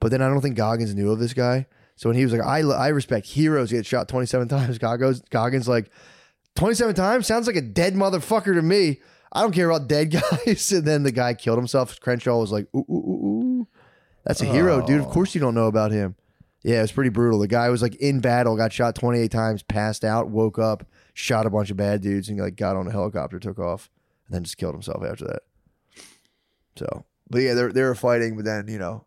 [SPEAKER 2] But then I don't think Goggins knew of this guy. So when he was like, I I respect heroes who get shot 27 times. Goggins Goggins like 27 times sounds like a dead motherfucker to me. I don't care about dead guys. and then the guy killed himself. Crenshaw was like, ooh, ooh, ooh, ooh. That's a hero, dude.
[SPEAKER 1] Oh.
[SPEAKER 2] Of course you don't know about him. Yeah, it was pretty brutal. The guy was like in battle, got shot 28 times, passed out, woke up, shot a bunch of bad dudes, and like got on a helicopter, took off, and then just killed himself after that. So, but yeah, they're they were fighting, but then you know,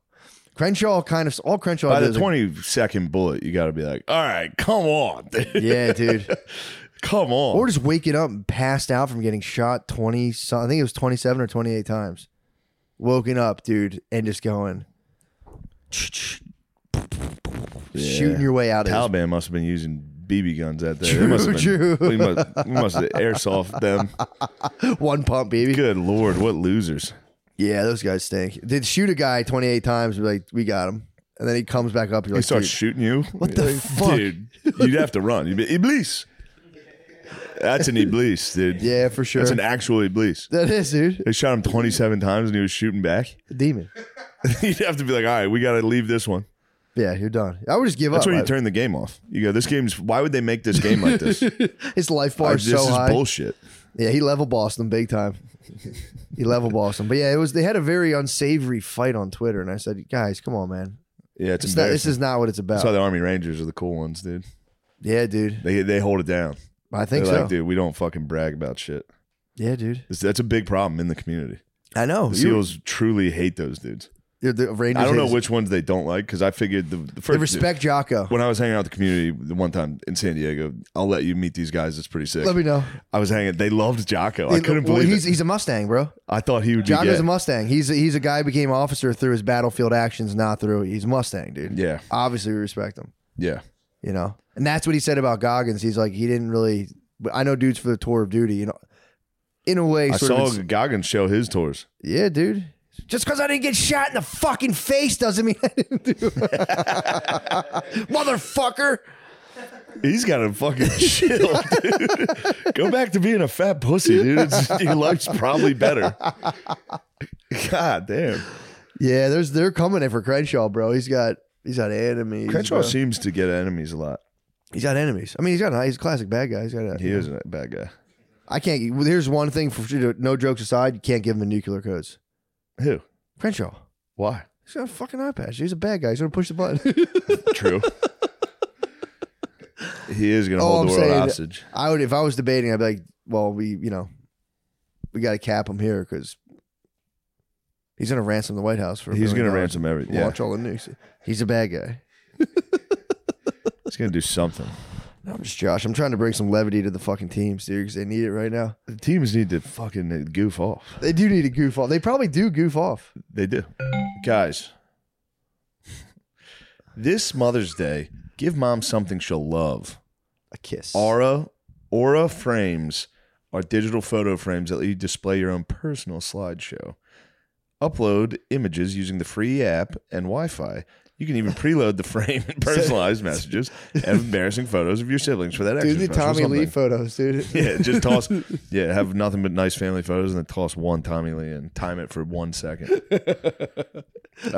[SPEAKER 2] Crenshaw kind of all Crenshaw
[SPEAKER 1] By
[SPEAKER 2] did
[SPEAKER 1] the
[SPEAKER 2] was, like,
[SPEAKER 1] twenty second bullet, you got to be like, all right, come on, dude.
[SPEAKER 2] yeah, dude.
[SPEAKER 1] come on.
[SPEAKER 2] Or just waking up and passed out from getting shot 20, so- I think it was 27 or 28 times. Woken up, dude, and just going,
[SPEAKER 1] Yeah.
[SPEAKER 2] shooting your way out of this.
[SPEAKER 1] Taliban must have been using BB guns out there. They
[SPEAKER 2] True,
[SPEAKER 1] must have
[SPEAKER 2] true.
[SPEAKER 1] been- We must, we must have airsoft them.
[SPEAKER 2] One pump, baby.
[SPEAKER 1] Good lord, what losers!
[SPEAKER 2] Yeah, those guys stink. Did shoot a guy 28 times, be like, we got him. And then he comes back up, you're
[SPEAKER 1] They
[SPEAKER 2] like,
[SPEAKER 1] start
[SPEAKER 2] "Dude,
[SPEAKER 1] shooting you. What
[SPEAKER 2] the fuck?
[SPEAKER 1] dude? You'd have to run. You'd be iblis. That's an iblis, dude.
[SPEAKER 2] yeah, for sure.
[SPEAKER 1] That's an actual iblis.
[SPEAKER 2] that is, dude.
[SPEAKER 1] They shot him twenty seven times and he was shooting back.
[SPEAKER 2] A demon.
[SPEAKER 1] You'd have to be like, all right, we got to leave this one.
[SPEAKER 2] Yeah, you're done. I would just give
[SPEAKER 1] That's
[SPEAKER 2] up.
[SPEAKER 1] when you
[SPEAKER 2] I-
[SPEAKER 1] turn the game off. You go, this game's. Why would they make this game like this?
[SPEAKER 2] his life bar
[SPEAKER 1] Like,
[SPEAKER 2] is
[SPEAKER 1] this
[SPEAKER 2] so
[SPEAKER 1] is
[SPEAKER 2] high.
[SPEAKER 1] bullshit.
[SPEAKER 2] Yeah, he level bossed them big time. he level bossed them. But yeah, it was they had a very unsavory fight on Twitter, and I said, guys, come on, man.
[SPEAKER 1] Yeah, it's,
[SPEAKER 2] It's not,
[SPEAKER 1] embarrassing.
[SPEAKER 2] this is not what it's about.
[SPEAKER 1] That's why the Army Rangers are the cool ones, dude.
[SPEAKER 2] yeah, dude.
[SPEAKER 1] They they hold it down.
[SPEAKER 2] I think
[SPEAKER 1] They're
[SPEAKER 2] so.
[SPEAKER 1] like, dude, we don't fucking brag about shit.
[SPEAKER 2] Yeah, dude.
[SPEAKER 1] It's- that's a big problem in the community.
[SPEAKER 2] I know.
[SPEAKER 1] The
[SPEAKER 2] You-
[SPEAKER 1] SEALs truly hate those dudes.
[SPEAKER 2] you're the Rangers
[SPEAKER 1] I don't know
[SPEAKER 2] haters.
[SPEAKER 1] which ones they don't like because I figured the, the
[SPEAKER 2] They
[SPEAKER 1] first
[SPEAKER 2] respect Jocko.
[SPEAKER 1] When I was hanging out with the community the one time in San Diego, I'll let you meet these guys. It's pretty sick.
[SPEAKER 2] Let me know.
[SPEAKER 1] I was hanging. They loved Jocko. I couldn't
[SPEAKER 2] Well,
[SPEAKER 1] believe
[SPEAKER 2] he's
[SPEAKER 1] it.
[SPEAKER 2] he's a Mustang, bro.
[SPEAKER 1] I thought he would be
[SPEAKER 2] Jocko's
[SPEAKER 1] gay.
[SPEAKER 2] a Mustang. He's a, he's a guy who became officer through his battlefield actions, not through he's a Mustang, dude.
[SPEAKER 1] Yeah,
[SPEAKER 2] Obviously, we respect him.
[SPEAKER 1] yeah.
[SPEAKER 2] you know and that's what he said about goggins he's like he didn't really but i know dudes for the tour of duty you know in a way
[SPEAKER 1] I
[SPEAKER 2] sort
[SPEAKER 1] saw
[SPEAKER 2] of ins-
[SPEAKER 1] Goggins show his tours.
[SPEAKER 2] yeah dude just because i didn't get shot in the fucking face doesn't mean i didn't do motherfucker
[SPEAKER 1] He's got a fucking chill, dude. Go back to being a fat pussy, dude. It's, your life's probably better. God damn.
[SPEAKER 2] yeah there's they're coming in for crenshaw bro he's got he's got enemies
[SPEAKER 1] Crenshaw
[SPEAKER 2] bro.
[SPEAKER 1] seems to get enemies a lot.
[SPEAKER 2] he's got enemies i mean he's got a, he's a classic bad guy he's got a,
[SPEAKER 1] He is a bad guy.
[SPEAKER 2] i can't well, here's one thing for no jokes aside you can't give him the nuclear codes
[SPEAKER 1] Who?
[SPEAKER 2] crenshaw
[SPEAKER 1] Why?
[SPEAKER 2] he's got a fucking eye patch he's a bad guy he's gonna push the button
[SPEAKER 1] True. he is going to
[SPEAKER 2] All
[SPEAKER 1] hold
[SPEAKER 2] Oh,
[SPEAKER 1] the
[SPEAKER 2] I'm
[SPEAKER 1] world
[SPEAKER 2] saying-
[SPEAKER 1] hostage.
[SPEAKER 2] I would if I was debating, I'd be like, well, we you know, we got to cap him here because he's gonna ransom the White House for. a
[SPEAKER 1] He's
[SPEAKER 2] billion
[SPEAKER 1] going to
[SPEAKER 2] dollars
[SPEAKER 1] ransom everything.
[SPEAKER 2] and
[SPEAKER 1] Yeah.
[SPEAKER 2] Launch all the nukes. He's a bad guy.
[SPEAKER 1] He's going to do something.
[SPEAKER 2] No, I'm just Josh. I'm trying to bring some levity to the fucking teams, dude, because they need it right now.
[SPEAKER 1] The teams need to fucking goof off.
[SPEAKER 2] They do need to goof off. They probably do goof off.
[SPEAKER 1] They do. Guys, this Mother's Day, give mom something she'll love.
[SPEAKER 2] A kiss.
[SPEAKER 1] Aura Aura frames are digital photo frames that let you display your own personal slideshow. Upload images using the free app and Wi-Fi. You can even preload the frame and personalized messages and embarrassing photos of your siblings for that extra
[SPEAKER 2] Dude, the
[SPEAKER 1] special
[SPEAKER 2] Tommy Lee
[SPEAKER 1] something.
[SPEAKER 2] photos, dude.
[SPEAKER 1] Yeah, just toss. Yeah, have nothing but nice family photos, and then toss one Tommy Lee and time it for one second. Uh, I
[SPEAKER 2] Tommy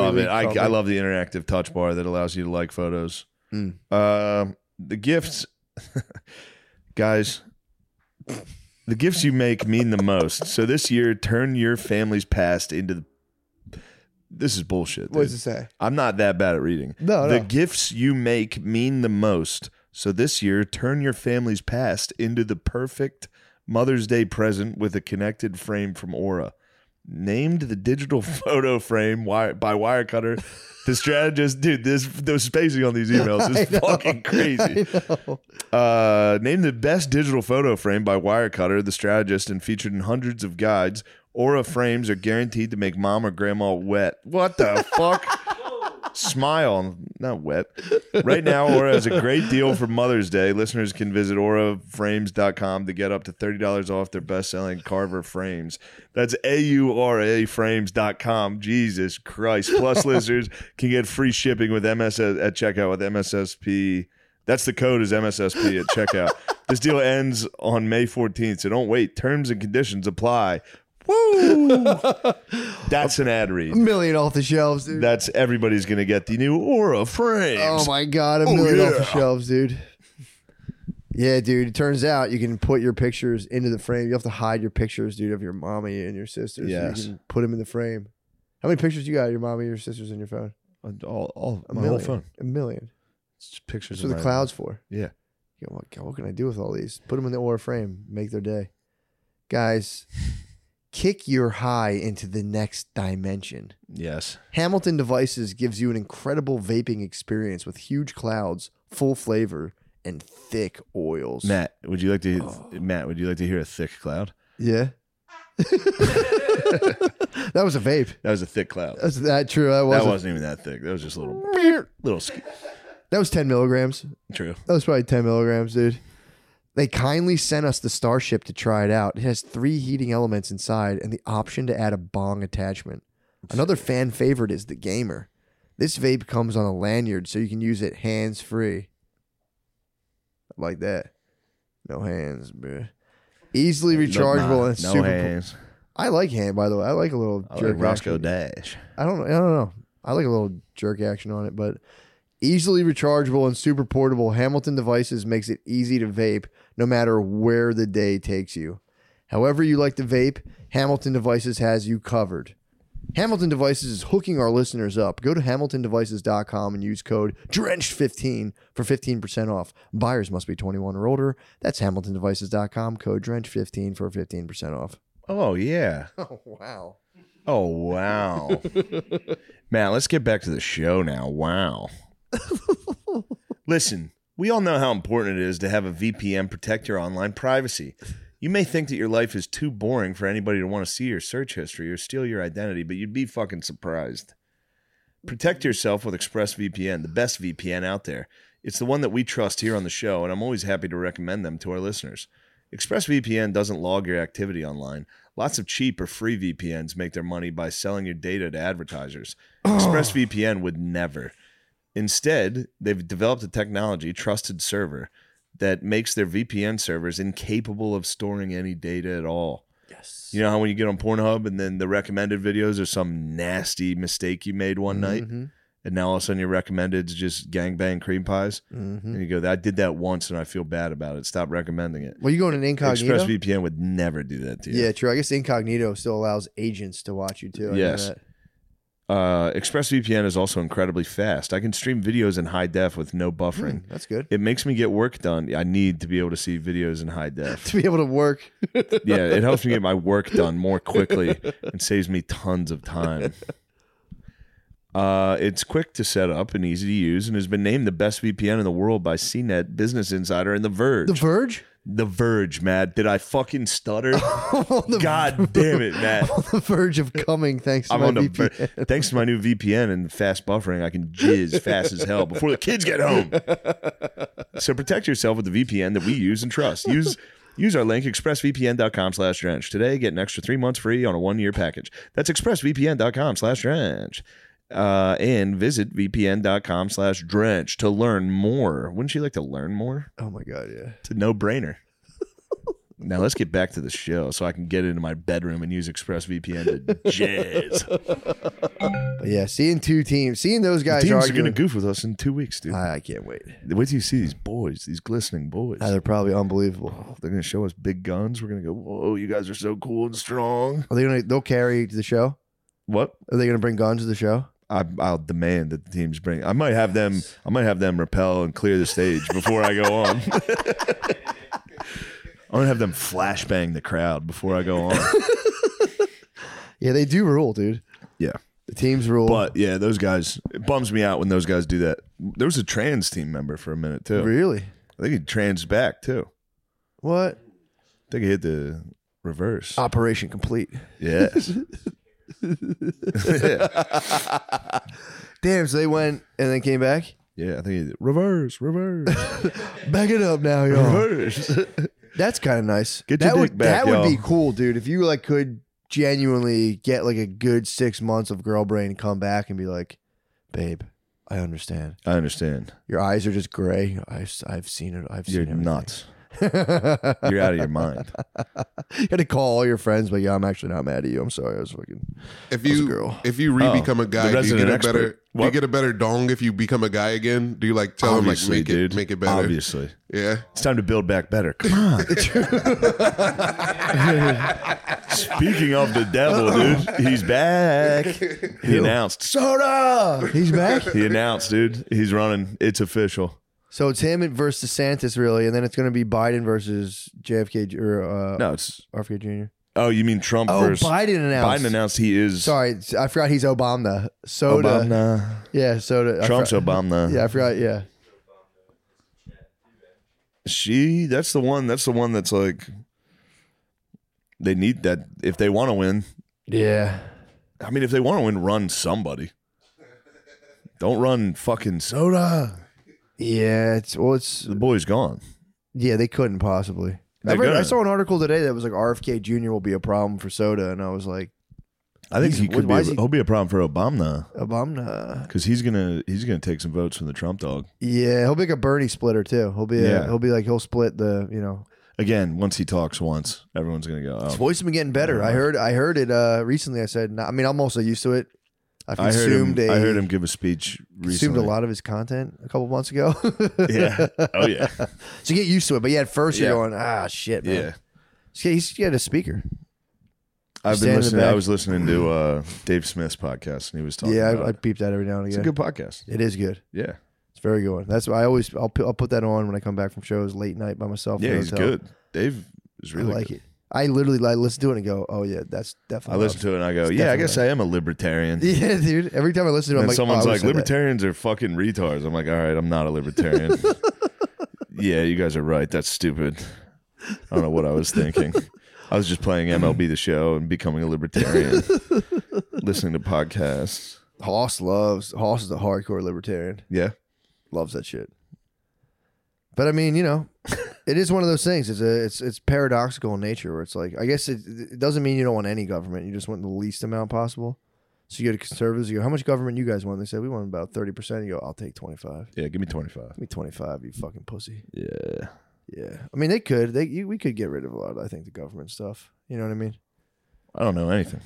[SPEAKER 1] love
[SPEAKER 2] Lee
[SPEAKER 1] it. I,
[SPEAKER 2] comment.
[SPEAKER 1] I love the interactive touch bar that allows you to like photos.
[SPEAKER 2] Mm.
[SPEAKER 1] Um, the gifts, guys. The gifts you make mean the most. So this year, turn your family's past into the. This is bullshit. dude.
[SPEAKER 2] What does it say?
[SPEAKER 1] I'm not that bad at reading.
[SPEAKER 2] No,
[SPEAKER 1] The
[SPEAKER 2] no.
[SPEAKER 1] gifts you make mean the most. So this year, turn your family's past into the perfect Mother's Day present with a connected frame from Aura. named the digital photo frame wire, by Wirecutter. The strategist, dude, this the spacing on these emails is
[SPEAKER 2] I know.
[SPEAKER 1] fucking crazy.
[SPEAKER 2] I know.
[SPEAKER 1] Uh, named the best digital photo frame by Wirecutter, the strategist, and featured in hundreds of guides. Aura frames are guaranteed to make mom or grandma wet. What the fuck? Smile, not wet. Right now, Aura has a great deal for Mother's Day. Listeners can visit auraframes.com to get up to $30 off their best selling Carver frames. That's A U R A frames.com. Jesus Christ. Plus, listeners can get free shipping with MSS at checkout with MSSP. That's the code is MSSP at checkout. this deal ends on May 14th, so don't wait. Terms and conditions apply. Woo! That's an ad
[SPEAKER 2] A
[SPEAKER 1] read.
[SPEAKER 2] million off the shelves, dude.
[SPEAKER 1] That's everybody's gonna get the new Aura frames.
[SPEAKER 2] Oh my god, a million off the
[SPEAKER 1] yeah.
[SPEAKER 2] shelves, dude. Yeah, dude. It turns out you can put your pictures into the frame. You have to hide your pictures, dude, of your mommy and your sisters.
[SPEAKER 1] Yes.
[SPEAKER 2] You can put them in the frame. How many pictures you got of your mommy and your sisters on your phone?
[SPEAKER 1] All, all,
[SPEAKER 2] A
[SPEAKER 1] my
[SPEAKER 2] million.
[SPEAKER 1] whole phone.
[SPEAKER 2] A million.
[SPEAKER 1] It's just pictures
[SPEAKER 2] That's what
[SPEAKER 1] of
[SPEAKER 2] the
[SPEAKER 1] my-
[SPEAKER 2] cloud's for.
[SPEAKER 1] Yeah.
[SPEAKER 2] You know, what, God, what can I do with all these? Put them in the aura frame. Make their day. Guys, kick your high into the next dimension.
[SPEAKER 1] Yes.
[SPEAKER 2] Hamilton Devices gives you an incredible vaping experience with huge clouds, full flavor, and thick oils.
[SPEAKER 1] Matt, would you like to?
[SPEAKER 2] Oh.
[SPEAKER 1] Matt, would you like to hear a thick cloud?
[SPEAKER 2] Yeah. that was a vape.
[SPEAKER 1] That was a thick cloud.
[SPEAKER 2] That's that true. That was
[SPEAKER 1] that
[SPEAKER 2] a-
[SPEAKER 1] wasn't even that thick. That was just a little, little. sk-
[SPEAKER 2] that was 10 milligrams.
[SPEAKER 1] True.
[SPEAKER 2] That was probably 10 milligrams, dude. They kindly sent us the Starship to try it out. It has three heating elements inside and the option to add a bong attachment. Another fan favorite is the Gamer. This vape comes on a lanyard so you can use it hands free. Like that. No hands, bruh. Easily rechargeable
[SPEAKER 1] Nah,
[SPEAKER 2] and
[SPEAKER 1] no
[SPEAKER 2] super.
[SPEAKER 1] hands.
[SPEAKER 2] I like hand, by the way. I like a little
[SPEAKER 1] I
[SPEAKER 2] jerk
[SPEAKER 1] like Roscoe
[SPEAKER 2] action.
[SPEAKER 1] Dash.
[SPEAKER 2] I don't. I don't know. I like a little jerk action on it, but easily rechargeable and super portable. Hamilton Devices makes it easy to vape, no matter where the day takes you. However you like to vape, Hamilton Devices has you covered. Hamilton Devices is hooking our listeners up. Go to hamiltondevices.com and use code DRENCHED15 for 15% off. Buyers must be 21 or older. That's hamiltondevices.com, code DRENCHED15 for 15% off.
[SPEAKER 1] Oh yeah.
[SPEAKER 2] Oh, wow.
[SPEAKER 1] Oh wow. Matt, let's get back to the show now. Wow. Listen, we all know how important it is to have a VPN protect your online privacy. You may think that your life is too boring for anybody to want to see your search history or steal your identity, but you'd be fucking surprised. Protect yourself with ExpressVPN, the best VPN out there. It's the one that we trust here on the show, and I'm always happy to recommend them to our listeners. ExpressVPN doesn't log your activity online. Lots of cheap or free VPNs make their money by selling your data to advertisers. ExpressVPN would never. Instead, they've developed a technology, Trusted Server, that makes their VPN servers incapable of storing any data at all. Yes. You know how when you get on Pornhub and then the recommended videos are some nasty mistake you made one night,
[SPEAKER 2] Mhm.
[SPEAKER 1] and now all of a sudden your recommended is just gangbang cream pies,
[SPEAKER 2] Mhm.
[SPEAKER 1] and you go, "I did that once and I feel bad about it. Stop recommending it."
[SPEAKER 2] Well, you going in incognito?
[SPEAKER 1] ExpressVPN would never do that to you.
[SPEAKER 2] Yeah, true. I guess incognito still allows agents to watch you too. I know
[SPEAKER 1] Yes.
[SPEAKER 2] that.
[SPEAKER 1] Uh, ExpressVPN is also incredibly fast. I can stream videos in high def with no
[SPEAKER 2] Hmm,
[SPEAKER 1] buffering.
[SPEAKER 2] that's good.
[SPEAKER 1] It makes me get work done. I need to be able to see videos in high def.
[SPEAKER 2] To be able to work,
[SPEAKER 1] yeah, it helps me get my work done more quickly and saves me tons of time. Uh, it's quick to set up and easy to use, and has been named the best VPN in the world by CNET, Business Insider, and The Verge.
[SPEAKER 2] The Verge.
[SPEAKER 1] the Verge, Matt. Did I fucking stutter?
[SPEAKER 2] On the-
[SPEAKER 1] God damn it, Matt.
[SPEAKER 2] on the verge of coming, thanks to
[SPEAKER 1] I'm
[SPEAKER 2] my
[SPEAKER 1] on the
[SPEAKER 2] VPN.
[SPEAKER 1] ver- thanks to my new VPN and fast buffering, I can jizz fast as hell before the kids get home. so protect yourself with the VPN that we use and trust. Use use our link expressvpn.com slash drench today. Get an extra three months free on a one year package. That's expressvpn.com slash drench. Uh, and visit vpn.com slash drench to learn more. Wouldn't you like to learn more?
[SPEAKER 2] oh my god, yeah.
[SPEAKER 1] It's a no brainer. Now let's get back to the show so I can get into my bedroom and use ExpressVPN to jizz.
[SPEAKER 2] But yeah, seeing two teams, seeing those guys
[SPEAKER 1] teams are Uh,
[SPEAKER 2] arguing.
[SPEAKER 1] going to goof with us in two weeks, dude.
[SPEAKER 2] I, I can't wait.
[SPEAKER 1] Wait till you see these boys, these glistening boys.
[SPEAKER 2] Ah, they're probably unbelievable.
[SPEAKER 1] They're going to show us big guns. We're going to go, whoa, you guys are so cool and strong.
[SPEAKER 2] Are they gonna? They'll carry to the show.
[SPEAKER 1] What?
[SPEAKER 2] Are they gonna bring guns to the show?
[SPEAKER 1] I, I'll demand that the teams bring. I might have them. I might have them repel and clear the stage before I go on. I'm gonna have them flashbang the crowd before I go on.
[SPEAKER 2] Yeah, they do rule, dude.
[SPEAKER 1] Yeah.
[SPEAKER 2] The teams rule.
[SPEAKER 1] But yeah, those guys. It bums me out when those guys do that. There was a trans team member for a minute too.
[SPEAKER 2] really?
[SPEAKER 1] I think he trans back too.
[SPEAKER 2] What?
[SPEAKER 1] I think he hit the reverse.
[SPEAKER 2] Operation complete.
[SPEAKER 1] Yes.
[SPEAKER 2] Damn, so they went and then came back?
[SPEAKER 1] yeah, I think he did. reverse, reverse,
[SPEAKER 2] Back it up now,
[SPEAKER 1] Oh.
[SPEAKER 2] yo.
[SPEAKER 1] reverse.
[SPEAKER 2] That's kind of nice.
[SPEAKER 1] Get
[SPEAKER 2] that
[SPEAKER 1] your
[SPEAKER 2] would
[SPEAKER 1] dick back,
[SPEAKER 2] that would be
[SPEAKER 1] y'all.
[SPEAKER 2] cool, dude. If you like could genuinely get like a good six months of girl brain and come back and be like, babe, I understand.
[SPEAKER 1] I understand.
[SPEAKER 2] Your eyes are just gray. I've I've seen it. I've
[SPEAKER 1] You're
[SPEAKER 2] seen
[SPEAKER 1] nuts.
[SPEAKER 2] everything."
[SPEAKER 1] You're out of your mind.
[SPEAKER 2] you gotta call all your friends, but yeah, I'm actually not mad at you. I'm sorry, I was fucking.
[SPEAKER 3] If
[SPEAKER 2] was a
[SPEAKER 3] you
[SPEAKER 2] girl.
[SPEAKER 3] if you re
[SPEAKER 1] Oh,
[SPEAKER 3] become a
[SPEAKER 1] the
[SPEAKER 3] guy, do you
[SPEAKER 1] resident
[SPEAKER 3] get a
[SPEAKER 1] expert.
[SPEAKER 3] better do you
[SPEAKER 1] What?
[SPEAKER 3] get a better dong if you become a guy again? Do you like tell him like
[SPEAKER 1] Obviously,
[SPEAKER 3] make
[SPEAKER 1] dude.
[SPEAKER 3] it make it better?
[SPEAKER 1] Obviously,
[SPEAKER 3] Yeah.
[SPEAKER 1] it's time to build back better. Come on. Speaking of the devil, dude, he's back. He announced. Soda.
[SPEAKER 2] He's back.
[SPEAKER 1] He announced, dude. He's running. It's official.
[SPEAKER 2] so it's him and versus DeSantis, really, and then it's gonna be Biden versus JFK Ju- or uh,
[SPEAKER 1] No, it's.
[SPEAKER 2] RFK Jr.
[SPEAKER 1] Oh, you mean Trump
[SPEAKER 2] Oh,
[SPEAKER 1] versus
[SPEAKER 2] Biden announced.
[SPEAKER 1] Biden announced he is
[SPEAKER 2] Sorry, I forgot he's Obama. Soda.
[SPEAKER 1] Obama.
[SPEAKER 2] Yeah, soda. I
[SPEAKER 1] Trump's
[SPEAKER 2] forgot-
[SPEAKER 1] Obama.
[SPEAKER 2] Yeah, I forgot. Yeah.
[SPEAKER 1] She that's the one that's the one that's like they need that if they want to win.
[SPEAKER 2] Yeah.
[SPEAKER 1] I mean if they want to win, run somebody. Don't run fucking soda.
[SPEAKER 2] Yeah, it's well, it's
[SPEAKER 1] The boy's gone.
[SPEAKER 2] yeah. They couldn't possibly. I,
[SPEAKER 1] They're
[SPEAKER 2] read, I
[SPEAKER 1] gonna.
[SPEAKER 2] saw an article today that was like RFK Jr. will be a problem for soda, and I was like,
[SPEAKER 1] I think
[SPEAKER 2] He's-
[SPEAKER 1] he could be
[SPEAKER 2] why
[SPEAKER 1] a,
[SPEAKER 2] is he-
[SPEAKER 1] he'll be a problem for Obama
[SPEAKER 2] Obama.
[SPEAKER 1] because he's gonna he's gonna take some votes from the Trump dog
[SPEAKER 2] Yeah, he'll be like a Bernie splitter too. He'll be a,
[SPEAKER 1] Yeah.
[SPEAKER 2] he'll be like he'll split the you know.
[SPEAKER 1] again. Once he talks once, everyone's gonna go.
[SPEAKER 2] His
[SPEAKER 1] Oh.
[SPEAKER 2] voice has been getting better. I heard I heard it uh recently. I said, I mean, I'm also used to it. I've
[SPEAKER 1] I heard him.
[SPEAKER 2] consumed a
[SPEAKER 1] I heard him give a speech
[SPEAKER 2] consumed
[SPEAKER 1] recently.
[SPEAKER 2] a lot of his content a couple months ago.
[SPEAKER 1] Yeah. Oh yeah.
[SPEAKER 2] So you get used to it, but yeah, at first
[SPEAKER 1] Yeah.
[SPEAKER 2] you're going, ah, shit, man.
[SPEAKER 1] yeah.
[SPEAKER 2] So he's he had a speaker.
[SPEAKER 1] I've
[SPEAKER 2] Stand
[SPEAKER 1] been
[SPEAKER 2] in the
[SPEAKER 1] listening. I
[SPEAKER 2] back.
[SPEAKER 1] was listening to uh, Dave Smith's podcast, and he was talking.
[SPEAKER 2] yeah,
[SPEAKER 1] about
[SPEAKER 2] I, I
[SPEAKER 1] it.
[SPEAKER 2] peep that every now and
[SPEAKER 1] it's
[SPEAKER 2] again.
[SPEAKER 1] a good podcast.
[SPEAKER 2] it is good.
[SPEAKER 1] Yeah,
[SPEAKER 2] It's a very good one. That's why I always I'll, pu- I'll put that on when I come back from shows late night by myself. in
[SPEAKER 1] yeah,
[SPEAKER 2] the
[SPEAKER 1] he's
[SPEAKER 2] hotel.
[SPEAKER 1] good. Dave is really
[SPEAKER 2] I like
[SPEAKER 1] good.
[SPEAKER 2] it. I literally like, listen to it and go, oh yeah, that's
[SPEAKER 1] I
[SPEAKER 2] definitely.
[SPEAKER 1] listen to it and I go,
[SPEAKER 2] It's
[SPEAKER 1] yeah, I
[SPEAKER 2] definitely
[SPEAKER 1] guess I am a libertarian.
[SPEAKER 2] Yeah, dude. Every time I listen to it,
[SPEAKER 1] And
[SPEAKER 2] I'm
[SPEAKER 1] then
[SPEAKER 2] like,
[SPEAKER 1] someone's
[SPEAKER 2] oh, I
[SPEAKER 1] like,
[SPEAKER 2] would've said that.
[SPEAKER 1] libertarians are fucking retards. I'm like, all right, I'm not a libertarian. yeah, you guys are right. That's stupid. I don't know what I was thinking. I was just playing MLB the show and becoming a libertarian, listening to podcasts.
[SPEAKER 2] Hoss loves Hoss is a hardcore libertarian.
[SPEAKER 1] Yeah,
[SPEAKER 2] Loves that shit. But I mean, you know, it is one of those things. It's a it's it's paradoxical in nature where it's like I guess it, it doesn't mean you don't want any government. You just want the least amount possible. So you go to conservatives, you go, how much government you guys want? They say we want about thirty percent. You go, I'll take twenty five.
[SPEAKER 1] yeah. Give me 25.
[SPEAKER 2] Give me twenty five, you fucking pussy.
[SPEAKER 1] Yeah,
[SPEAKER 2] Yeah, I mean they could they you, we could get rid of a lot of I think the government stuff. You know what I mean?
[SPEAKER 1] I don't know anything.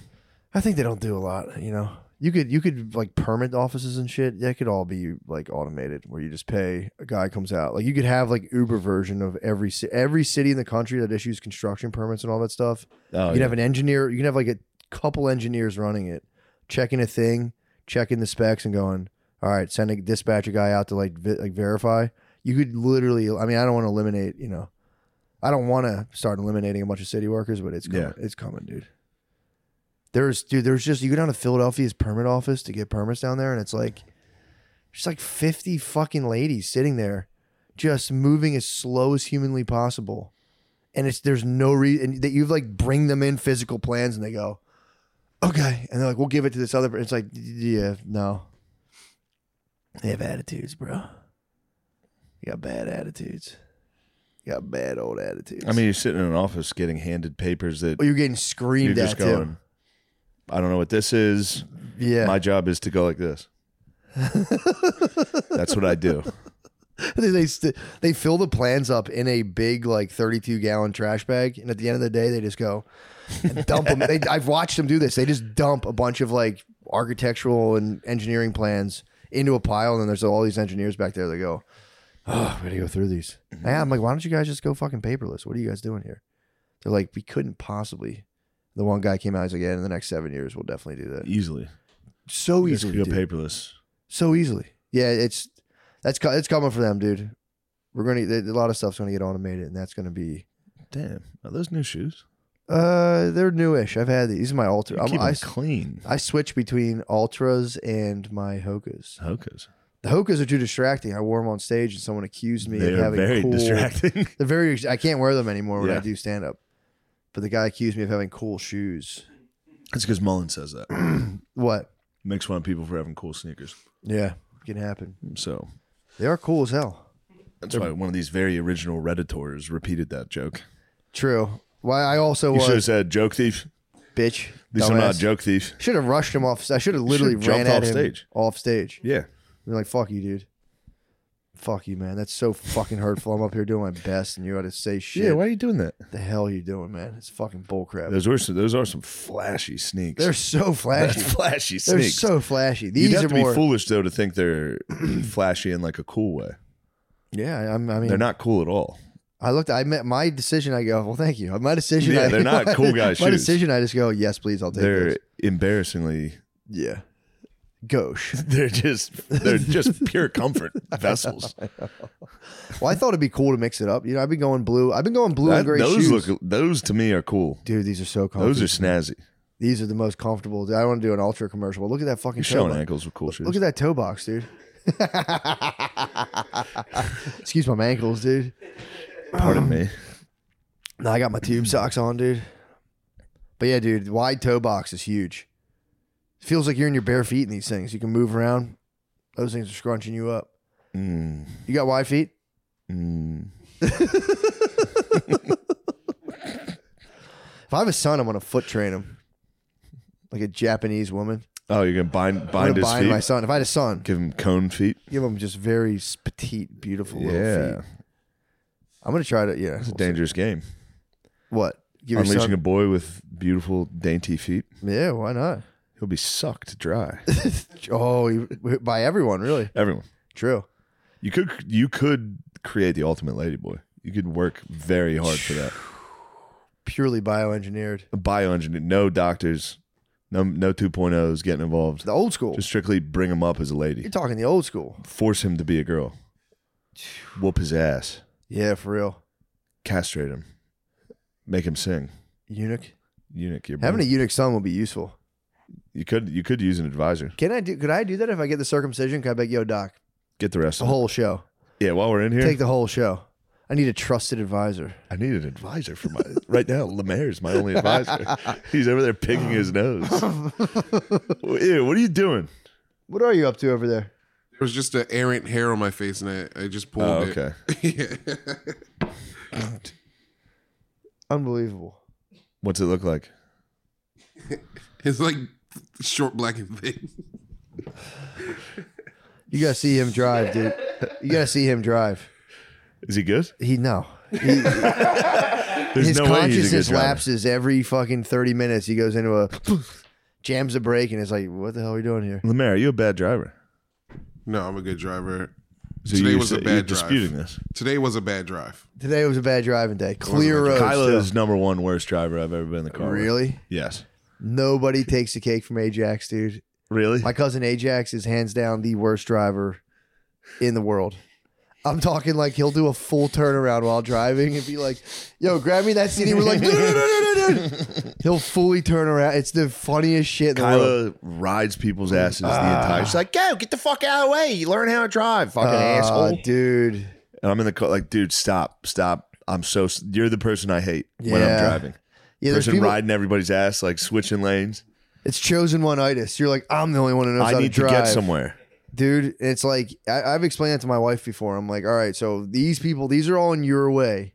[SPEAKER 2] I think they don't do a lot. You know, you could you could like permit offices and shit. That could all be like automated, where you just pay a guy comes out. Like you could have like Uber version of every ci- every city in the country that issues construction permits and all that stuff.
[SPEAKER 1] Oh,
[SPEAKER 2] you can have an engineer. You can have like a couple engineers running it, checking a thing, checking the specs, and going, all right, send a dispatcher guy out to like vi- like verify. You could literally. I mean, I don't want to eliminate. You know, I don't want to start eliminating a bunch of city workers, but it's coming.
[SPEAKER 1] Yeah.
[SPEAKER 2] It's coming, dude. There's dude. There's just you go down to Philadelphia's permit office to get permits down there, and it's like there's like 50 fucking ladies sitting there, just moving as slow as humanly possible and it's there's no reason that you like bring them in physical plans and they go okay and they're like we'll give it to this other per-" it's like yeah no they have attitudes bro you got bad attitudes you got bad old attitudes
[SPEAKER 1] I mean, you're sitting in an office getting handed papers that
[SPEAKER 2] Oh, you're getting screamed
[SPEAKER 1] you're
[SPEAKER 2] at
[SPEAKER 1] just
[SPEAKER 2] too
[SPEAKER 1] going. I don't know what this is.
[SPEAKER 2] yeah
[SPEAKER 1] My job is to go like this. That's what I do.
[SPEAKER 2] they they, st- they fill the plans up in a big like 32 gallon trash bag and at the end of the day they just go and dump them they, i've watched them do this they just dump a bunch of like architectural and engineering plans into a pile and then there's all these engineers back there that go oh we gotta go through these
[SPEAKER 1] Mm-hmm.
[SPEAKER 2] yeah i'm like why don't you guys just go fucking paperless what are you guys doing here they're like we couldn't possibly the one guy came out he's like yeah in the next seven years we'll definitely do that
[SPEAKER 1] Easily.
[SPEAKER 2] so
[SPEAKER 1] Just
[SPEAKER 2] easily
[SPEAKER 1] go
[SPEAKER 2] dude
[SPEAKER 1] paperless.
[SPEAKER 2] so easily. Yeah, it's that's co- it's coming for them, dude. We're gonna a lot of stuff's gonna get automated, and that's gonna be
[SPEAKER 1] Damn. Are those new shoes?
[SPEAKER 2] Uh, they're newish. I've had these. These are my
[SPEAKER 1] You
[SPEAKER 2] ultra. I'm,
[SPEAKER 1] keep
[SPEAKER 2] I,
[SPEAKER 1] them clean.
[SPEAKER 2] I switch between ultras and my hokas.
[SPEAKER 1] Hokas.
[SPEAKER 2] The hokas are too distracting. I wore them on stage, and someone accused me
[SPEAKER 1] They
[SPEAKER 2] of
[SPEAKER 1] are
[SPEAKER 2] having
[SPEAKER 1] very
[SPEAKER 2] cool.
[SPEAKER 1] distracting.
[SPEAKER 2] They're very. I can't wear them anymore when I
[SPEAKER 1] Yeah.
[SPEAKER 2] do stand up. But the guy accused me of having cool shoes.
[SPEAKER 1] That's because Mullen says that.
[SPEAKER 2] What?
[SPEAKER 1] Makes fun of people for having cool sneakers.
[SPEAKER 2] Yeah, can happen.
[SPEAKER 1] So
[SPEAKER 2] They are cool as hell.
[SPEAKER 1] that's why one of these very original redditors repeated that joke.
[SPEAKER 2] True. Why I also
[SPEAKER 1] You should have
[SPEAKER 2] was
[SPEAKER 1] said joke thief.
[SPEAKER 2] bitch.
[SPEAKER 1] At least I'm not a joke thief.
[SPEAKER 2] Should have rushed him off. I should have literally
[SPEAKER 1] Should've
[SPEAKER 2] ran
[SPEAKER 1] jumped
[SPEAKER 2] at
[SPEAKER 1] off
[SPEAKER 2] him
[SPEAKER 1] stage.
[SPEAKER 2] off stage.
[SPEAKER 1] Yeah.
[SPEAKER 2] Be like, fuck you, dude. Fuck you, man. That's so fucking hurtful. I'm up here doing my best, and you ought to say shit.
[SPEAKER 1] Yeah. Why are you doing that?
[SPEAKER 2] the hell are you doing, man? It's fucking bullcrap.
[SPEAKER 1] Those are some, those are some flashy sneaks.
[SPEAKER 2] They're so flashy.
[SPEAKER 1] That's flashy
[SPEAKER 2] They're
[SPEAKER 1] sneaks.
[SPEAKER 2] so flashy.
[SPEAKER 1] You'd
[SPEAKER 2] These
[SPEAKER 1] have
[SPEAKER 2] are
[SPEAKER 1] to
[SPEAKER 2] more.
[SPEAKER 1] be foolish though to think they're flashy in like a cool way.
[SPEAKER 2] yeah, I'm, I mean,
[SPEAKER 1] They're not cool at all.
[SPEAKER 2] I looked. I met my decision. I go, well, thank you. My decision.
[SPEAKER 1] Yeah,
[SPEAKER 2] I,
[SPEAKER 1] they're not cool guy
[SPEAKER 2] My
[SPEAKER 1] shoes.
[SPEAKER 2] decision. I just go, yes, please, I'll take
[SPEAKER 1] They're
[SPEAKER 2] those.
[SPEAKER 1] embarrassingly.
[SPEAKER 2] Yeah, gauche.
[SPEAKER 1] They're just they're just pure comfort vessels.
[SPEAKER 2] Well, I thought it'd be cool to mix it up. You know, I've been going blue. I've been going blue
[SPEAKER 1] That-
[SPEAKER 2] and gray
[SPEAKER 1] those
[SPEAKER 2] shoes. Oh,
[SPEAKER 1] look those to me are cool.
[SPEAKER 2] Dude, these are so comfortable.
[SPEAKER 1] Those are snazzy.
[SPEAKER 2] These are the most comfortable. Dude, I want to do an ultra commercial. But look at that fucking
[SPEAKER 1] You're
[SPEAKER 2] toe
[SPEAKER 1] showing
[SPEAKER 2] box.
[SPEAKER 1] ankles with cool shoes.
[SPEAKER 2] Look at that toe box, dude. Excuse my ankles, dude.
[SPEAKER 1] Pardon me.
[SPEAKER 2] No, I got my tube socks on, dude. But yeah, dude, wide toe box is huge. feels like you're in your bare feet in these things. You can move around. Those things are scrunching you up.
[SPEAKER 1] Mm,
[SPEAKER 2] You got wide feet?
[SPEAKER 1] mm.
[SPEAKER 2] If I have a son, I'm gonna foot train him, like a Japanese woman.
[SPEAKER 1] Oh, you're gonna bind
[SPEAKER 2] I'm
[SPEAKER 1] bind
[SPEAKER 2] gonna
[SPEAKER 1] his
[SPEAKER 2] bind
[SPEAKER 1] feet.
[SPEAKER 2] my son. If I had a son,
[SPEAKER 1] Give him cone feet.
[SPEAKER 2] give him just very s- petite, beautiful little
[SPEAKER 1] Yeah,
[SPEAKER 2] feet. I'm gonna try to. Yeah,
[SPEAKER 1] it's a
[SPEAKER 2] we'll see.
[SPEAKER 1] dangerous game.
[SPEAKER 2] What? Give your
[SPEAKER 1] Unleashing
[SPEAKER 2] son.
[SPEAKER 1] a boy with beautiful, dainty feet,
[SPEAKER 2] yeah, why not?
[SPEAKER 1] he'll be sucked dry.
[SPEAKER 2] oh, you- by everyone, really.
[SPEAKER 1] Everyone,
[SPEAKER 2] True.
[SPEAKER 1] you could you could create the ultimate ladyboy. You could work very hard for that.
[SPEAKER 2] Purely bioengineered.
[SPEAKER 1] Bioengineer, no doctors, no no 2.0s getting involved.
[SPEAKER 2] The old school.
[SPEAKER 1] Just strictly bring him up as a
[SPEAKER 2] You're
[SPEAKER 1] lady.
[SPEAKER 2] talking the old school.
[SPEAKER 1] Force him to be a girl. Whoop his ass.
[SPEAKER 2] Yeah, for real.
[SPEAKER 1] Castrate him. Make him sing.
[SPEAKER 2] Eunuch.
[SPEAKER 1] Eunuch, you're
[SPEAKER 2] Having a eunuch son would be useful.
[SPEAKER 1] you could you could use an advisor.
[SPEAKER 2] Can I do? Could I do that if I get the circumcision? Could I be like, yo, doc,
[SPEAKER 1] Get the rest
[SPEAKER 2] the
[SPEAKER 1] of it.
[SPEAKER 2] whole show.
[SPEAKER 1] Yeah, while we're in here,
[SPEAKER 2] Take the whole show. I need a trusted advisor.
[SPEAKER 1] I need an advisor for my right now. Lemaire's my only advisor. He's over there picking his nose. Ew, what are you doing?
[SPEAKER 2] What are you up to over there?
[SPEAKER 3] There was just an errant hair on my face, and I, I just pulled
[SPEAKER 1] Oh,
[SPEAKER 3] it.
[SPEAKER 1] okay.
[SPEAKER 3] yeah.
[SPEAKER 2] Unbelievable.
[SPEAKER 1] What's it look like?
[SPEAKER 3] It's like short, black and thick.
[SPEAKER 2] You gotta see him drive, dude. You gotta see him drive.
[SPEAKER 1] Is he good?
[SPEAKER 2] He no. He-
[SPEAKER 1] There's
[SPEAKER 2] his
[SPEAKER 1] no way he's a good
[SPEAKER 2] consciousness
[SPEAKER 1] driver.
[SPEAKER 2] lapses every fucking 30 minutes. He goes into a jams a brake and it's like, what the hell are we doing here?
[SPEAKER 1] Lemaire, are you a bad driver?
[SPEAKER 3] No, I'm a good driver.
[SPEAKER 1] So
[SPEAKER 3] Today
[SPEAKER 1] you're
[SPEAKER 3] was a
[SPEAKER 1] sa-
[SPEAKER 3] bad
[SPEAKER 1] you're
[SPEAKER 3] drive.
[SPEAKER 1] disputing this.
[SPEAKER 3] Today was a bad drive.
[SPEAKER 2] Today was a bad driving day. Clear roads.
[SPEAKER 1] Kyla
[SPEAKER 2] still.
[SPEAKER 1] is number one worst driver I've ever been in the car. with.
[SPEAKER 2] really?
[SPEAKER 1] Yes.
[SPEAKER 2] Nobody takes the cake from Ajax, dude.
[SPEAKER 1] Really?
[SPEAKER 2] My cousin Ajax is hands down the worst driver in the world. I'm talking like he'll do a full turnaround while driving and be like, yo, grab me that CD. We're like, no, no, no, no, no, no. He'll fully turn around. It's the funniest shit in the world. Uh,
[SPEAKER 1] Kyla rides people's asses the entire. She's like, "Go, get the fuck out of the way. You learn how to drive, fucking
[SPEAKER 2] Ah,
[SPEAKER 1] asshole."
[SPEAKER 2] dude.
[SPEAKER 1] And I'm in the car, like, dude, stop, stop. I'm so. s- You're the person I hate when I'm
[SPEAKER 2] Yeah.
[SPEAKER 1] driving.
[SPEAKER 2] Yeah, there's
[SPEAKER 1] person
[SPEAKER 2] people,
[SPEAKER 1] riding everybody's ass, like switching lanes.
[SPEAKER 2] It's chosen one itis. You're like, I'm the only one who knows how
[SPEAKER 1] I need
[SPEAKER 2] to
[SPEAKER 1] to
[SPEAKER 2] drive,
[SPEAKER 1] get somewhere.
[SPEAKER 2] dude. It's like I, I've explained that to my wife before. I'm like, all right, so these people, these are all in your way.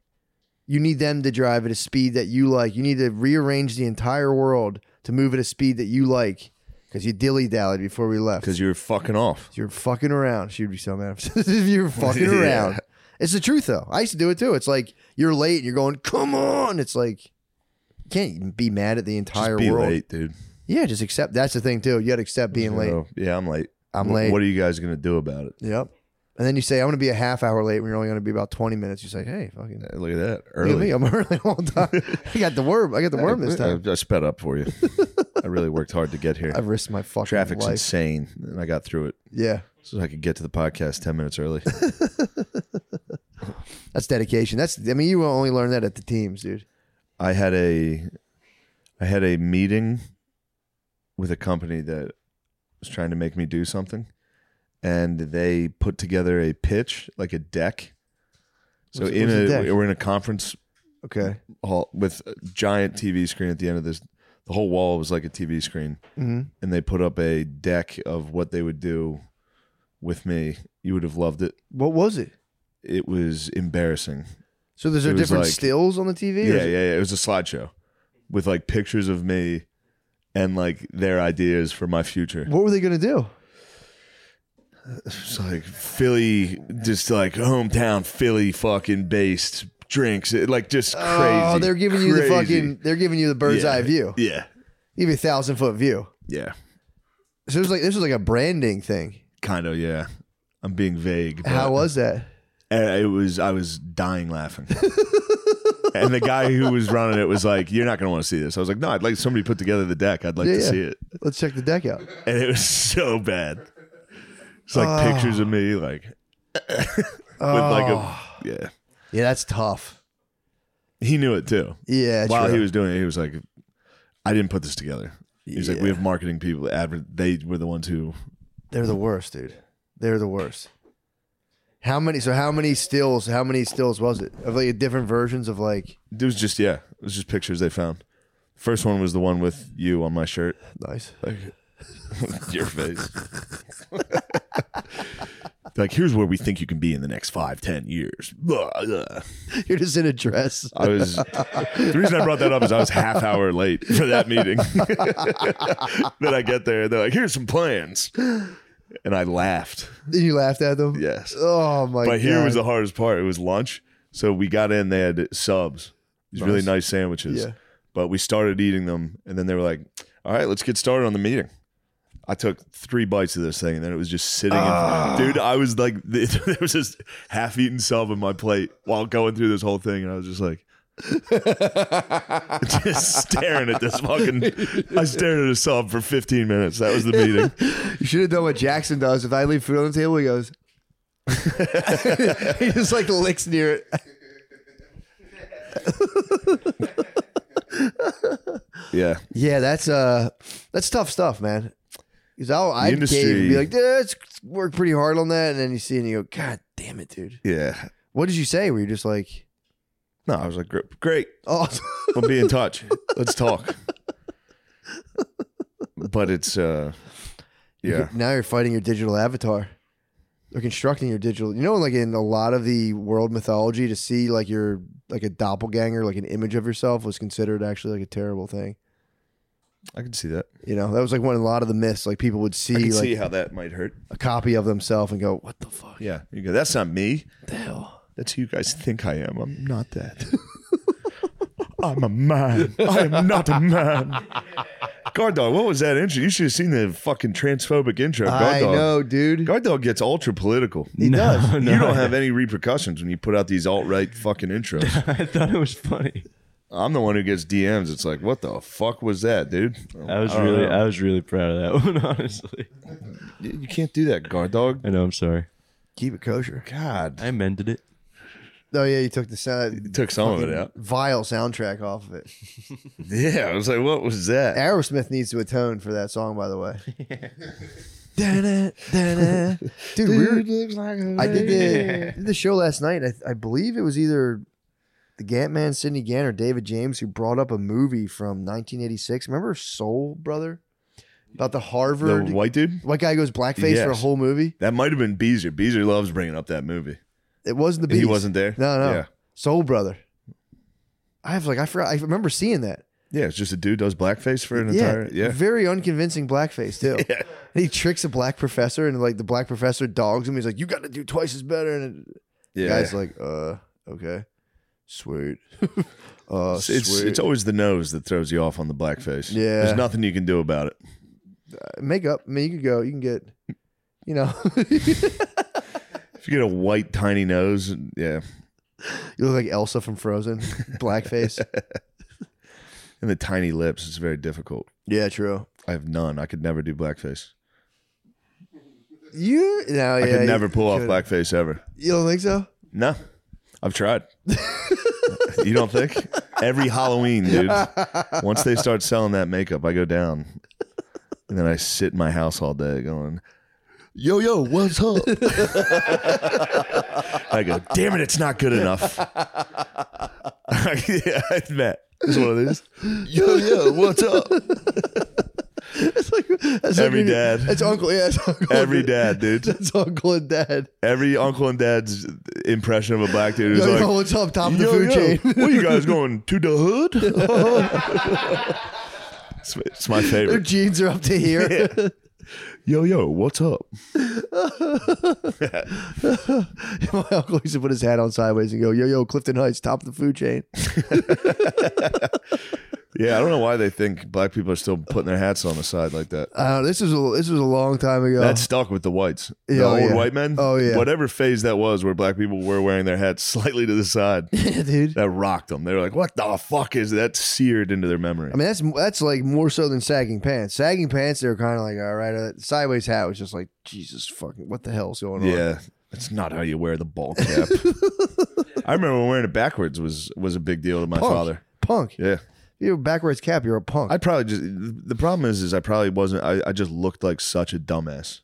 [SPEAKER 2] You need them to drive at a speed that you like. You need to rearrange the entire world to move at a speed that you like because you dilly dallied before we left.
[SPEAKER 1] Because you're fucking off.
[SPEAKER 2] You're fucking around. She would be so mad if you're fucking
[SPEAKER 1] Yeah.
[SPEAKER 2] around. It's the truth though. I used to do it too. It's like you're late and you're going, come on. It's like you can't be mad at the entire
[SPEAKER 1] Just be
[SPEAKER 2] world.
[SPEAKER 1] late, dude.
[SPEAKER 2] Yeah, just accept. That's the thing too. You got to accept being late.
[SPEAKER 1] So, yeah, I'm late.
[SPEAKER 2] I'm
[SPEAKER 1] Wh-
[SPEAKER 2] late.
[SPEAKER 1] What are you guys gonna do about it?
[SPEAKER 2] Yep. And then you say, "I'm going to be a half hour late," when you're only going to be about 20 minutes. You say, "Hey, fucking look
[SPEAKER 1] Uh, Look at that.
[SPEAKER 2] at
[SPEAKER 1] Early.
[SPEAKER 2] me, I'm early all the time. I got the worm. I got the worm this time.
[SPEAKER 1] I, I sped up for you. I really worked hard to get here.
[SPEAKER 2] I risked my fucking
[SPEAKER 1] Traffic's
[SPEAKER 2] life.
[SPEAKER 1] insane, and I got through it
[SPEAKER 2] Yeah,
[SPEAKER 1] so I could get to the podcast ten minutes early.
[SPEAKER 2] that's dedication. That's. I mean, you will only learn that at the teams, dude.
[SPEAKER 1] I had a I had a meeting with a company that was trying to make me do something, and they put together a pitch, like a deck. So
[SPEAKER 2] What's-
[SPEAKER 1] in
[SPEAKER 2] what's
[SPEAKER 1] a,
[SPEAKER 2] a deck?
[SPEAKER 1] we're in a conference
[SPEAKER 2] Okay.
[SPEAKER 1] hall with a giant TV screen at the end of this. The whole wall was like a TV screen,
[SPEAKER 2] hmm
[SPEAKER 1] and they put up a deck of what they would do with me. You would have loved it.
[SPEAKER 2] What was it?
[SPEAKER 1] It was embarrassing.
[SPEAKER 2] So there's
[SPEAKER 1] It
[SPEAKER 2] there
[SPEAKER 1] was
[SPEAKER 2] different
[SPEAKER 1] like-
[SPEAKER 2] stills on the TV.
[SPEAKER 1] Yeah,
[SPEAKER 2] or
[SPEAKER 1] yeah,
[SPEAKER 2] is it-
[SPEAKER 1] yeah. It was a slideshow with like pictures of me and like their ideas for my future.
[SPEAKER 2] What were they gonna do?
[SPEAKER 1] It's like Philly, just like hometown Philly fucking based drinks. It, like just crazy.
[SPEAKER 2] Oh, they're giving you the
[SPEAKER 1] crazy.
[SPEAKER 2] fucking. They're giving you the bird's
[SPEAKER 1] Yeah,
[SPEAKER 2] eye view.
[SPEAKER 1] Yeah.
[SPEAKER 2] Give you a thousand foot view.
[SPEAKER 1] Yeah.
[SPEAKER 2] So it was like this was like a branding thing.
[SPEAKER 1] Kind of, yeah. I'm being vague. But
[SPEAKER 2] How was that?
[SPEAKER 1] Uh, It was, I was dying laughing. and the guy who was running it was like, You're not going to want to see this. I was like, No, I'd like somebody put together the deck. I'd like
[SPEAKER 2] Yeah,
[SPEAKER 1] to
[SPEAKER 2] yeah.
[SPEAKER 1] see it.
[SPEAKER 2] Let's check the deck out.
[SPEAKER 1] and it was so bad. It's like
[SPEAKER 2] Oh.
[SPEAKER 1] pictures of me, like
[SPEAKER 2] Oh,
[SPEAKER 1] with like a yeah.
[SPEAKER 2] yeah, that's tough.
[SPEAKER 1] He knew it too.
[SPEAKER 2] Yeah,
[SPEAKER 1] While
[SPEAKER 2] true.
[SPEAKER 1] he was doing it, he was like, "I didn't put this together." He's like, "We have marketing people. Adver- they were the ones who."
[SPEAKER 2] They're the worst, dude. They're the worst. How many? So how many stills? How many stills was it of like different versions of like?
[SPEAKER 1] It was just yeah. It was just pictures they found. First one was the one with you on my shirt,
[SPEAKER 2] Nice.
[SPEAKER 1] like your face. like here's where we think you can be in the next five, ten years. Blah, blah.
[SPEAKER 2] You're just in a dress.
[SPEAKER 1] I was the reason I brought that up is I was half hour late for that meeting. then I get there, they're like, "Here's some plans," and I laughed.
[SPEAKER 2] And you laughed at them.
[SPEAKER 1] Yes,
[SPEAKER 2] Oh my god.
[SPEAKER 1] but here was the hardest part. It was lunch, so we got in. They had subs, these really
[SPEAKER 2] Nice.
[SPEAKER 1] nice sandwiches.
[SPEAKER 2] Yeah.
[SPEAKER 1] But we started eating them, and then they were like, "All right, let's get started on the meeting." I took three bites of this thing, and then it was just sitting.
[SPEAKER 2] Ah.
[SPEAKER 1] in Dude, I was like, there was this half-eaten sub on my plate while going through this whole thing, and I was just like. just staring at this fucking. I stared at a sub for 15 minutes. That was the meeting.
[SPEAKER 2] You should have done what Jackson does. If I leave food on the table, he goes. he just like licks near it.
[SPEAKER 1] Yeah,
[SPEAKER 2] Yeah, that's uh, that's tough stuff, man. Because I'll I would
[SPEAKER 1] industry-
[SPEAKER 2] cave and be like, yeah, it's worked pretty hard on that, and then you see it and you go, God damn it, dude.
[SPEAKER 1] yeah.
[SPEAKER 2] What did you say? Were you just like,
[SPEAKER 1] No, I was like, "Gr- great.
[SPEAKER 2] oh,
[SPEAKER 1] We'll be in touch. Let's talk. But it's uh, yeah.
[SPEAKER 2] now you're fighting your digital avatar. They're constructing your digital. You know, like in a lot of the world mythology, to see like your like a doppelganger, like an image of yourself, was considered actually like a terrible thing.
[SPEAKER 1] I can see that.
[SPEAKER 2] You know, that was like one of a lot of the myths. Like people would see
[SPEAKER 1] I
[SPEAKER 2] like
[SPEAKER 1] can see how that might hurt.
[SPEAKER 2] a copy of themselves and go, "What the fuck
[SPEAKER 1] Yeah, you go. That's not me.
[SPEAKER 2] the hell?"
[SPEAKER 1] That's who you guys think I am. I'm not that. I'm a man. I am not a man. Guard dog, what was that intro? You should have seen the fucking transphobic intro. Guard
[SPEAKER 2] I
[SPEAKER 1] dog.
[SPEAKER 2] know, dude.
[SPEAKER 1] Guard dog gets ultra political.
[SPEAKER 2] He does.
[SPEAKER 1] you don't have any repercussions when you put out these alt right fucking intros.
[SPEAKER 5] I thought it was funny.
[SPEAKER 1] I'm the one who gets DMs. It's like, what the fuck was that, dude?
[SPEAKER 5] I was
[SPEAKER 1] don't
[SPEAKER 5] really,
[SPEAKER 1] know.
[SPEAKER 5] I was really proud of that one. Honestly,
[SPEAKER 1] You you can't do that, guard dog.
[SPEAKER 5] I know. I'm sorry.
[SPEAKER 2] Keep it kosher.
[SPEAKER 1] God,
[SPEAKER 5] I amended it.
[SPEAKER 2] Oh yeah, you took the sound,
[SPEAKER 1] you took some of it out.
[SPEAKER 2] vile soundtrack off of it.
[SPEAKER 1] Yeah, I was like, what was that?
[SPEAKER 2] Aerosmith needs to atone for that song, by the way. Da-da, da-da. Dude, we were- I did the, did the show last night. I, I believe it was either the Gant Man, Sidney Gant, or David James who brought up a movie from 1986. Remember Soul Brother? About the
[SPEAKER 1] The
[SPEAKER 2] Harvard.
[SPEAKER 1] white dude?
[SPEAKER 2] white guy goes blackface for a
[SPEAKER 1] Yes.
[SPEAKER 2] whole movie.
[SPEAKER 1] That might have been Beezer. Beezer loves bringing up that movie.
[SPEAKER 2] It wasn't the
[SPEAKER 1] He
[SPEAKER 2] Beast.
[SPEAKER 1] wasn't there?
[SPEAKER 2] No, no.
[SPEAKER 1] Yeah.
[SPEAKER 2] Soul Brother. I have like I forgot. I remember seeing that.
[SPEAKER 1] Yeah, it's just a dude does blackface for an entire. Yeah.
[SPEAKER 2] Very unconvincing blackface too.
[SPEAKER 1] Yeah.
[SPEAKER 2] And he tricks a black professor, and like the black professor dogs him. He's like, "You got to do twice as better." And it, the
[SPEAKER 1] Yeah.
[SPEAKER 2] guy's like, "Uh, okay, sweet, uh,
[SPEAKER 1] It's- it's,
[SPEAKER 2] sweet."
[SPEAKER 1] it's always the nose that throws you off on the blackface.
[SPEAKER 2] Yeah.
[SPEAKER 1] There's nothing you can do about it.
[SPEAKER 2] makeup. I mean, you can go. You can get, you know,
[SPEAKER 1] If you get a white, tiny nose, and- yeah.
[SPEAKER 2] you look like Elsa from Frozen, blackface.
[SPEAKER 1] And the tiny lips, it's very difficult.
[SPEAKER 2] yeah, true.
[SPEAKER 1] I have none. I could never do blackface.
[SPEAKER 2] You no, yeah,
[SPEAKER 1] I could never
[SPEAKER 2] you
[SPEAKER 1] pull off
[SPEAKER 2] could.
[SPEAKER 1] blackface ever.
[SPEAKER 2] You don't think so?
[SPEAKER 1] No, I've tried. You don't think? Every Halloween, dude. Once they start selling that makeup, I go down. And then I sit in my house all day going,
[SPEAKER 2] Yo, yo, what's up?
[SPEAKER 1] I go, damn it, it's not good enough. yeah, it's Matt. It's one of these.
[SPEAKER 2] yo, yo, what's up? it's like that's
[SPEAKER 1] Every
[SPEAKER 2] like,
[SPEAKER 1] dad.
[SPEAKER 2] It's uncle. Yeah, it's uncle.
[SPEAKER 1] Every dad, dude.
[SPEAKER 2] That's uncle and dad.
[SPEAKER 1] Every uncle and dad's impression of a black dude is
[SPEAKER 2] Yo,
[SPEAKER 1] like,
[SPEAKER 2] yo, what's up? Top of the
[SPEAKER 1] Yo,
[SPEAKER 2] food
[SPEAKER 1] yo,
[SPEAKER 2] chain.
[SPEAKER 1] Where you guys going to the hood? it's, it's my
[SPEAKER 2] Their
[SPEAKER 1] favorite.
[SPEAKER 2] jeans are up to here.
[SPEAKER 1] Yo, yo, what's up?
[SPEAKER 2] My uncle used to put his hat on sideways and go, "Yo, yo, Clifton Heights, top of the food chain."
[SPEAKER 1] Yeah, I don't know why they think black people are still putting their hats on the side like that.
[SPEAKER 2] Uh, this was a, this was a long time ago.
[SPEAKER 1] That stuck with the whites. The
[SPEAKER 2] Oh. Yeah, oh,
[SPEAKER 1] old
[SPEAKER 2] yeah.
[SPEAKER 1] white men.
[SPEAKER 2] Oh, yeah.
[SPEAKER 1] Whatever phase that was where black people were wearing their hats slightly to the side,
[SPEAKER 2] yeah, dude.
[SPEAKER 1] that rocked them. They were like, what the fuck is that? Seared into their memory.
[SPEAKER 2] I mean, that's that's like more so than sagging pants. Sagging pants, they were kind of like, all right. Uh, sideways hat was just like, Jesus fucking, what the hell's going on?
[SPEAKER 1] yeah. That's not how you wear the ball cap. I remember when wearing it backwards was was a big deal to my
[SPEAKER 2] Punk.
[SPEAKER 1] father.
[SPEAKER 2] punk.
[SPEAKER 1] Yeah.
[SPEAKER 2] You have a backwards cap, you're a punk.
[SPEAKER 1] I probably just the problem is is I probably wasn't I, I just looked like such a dumbass.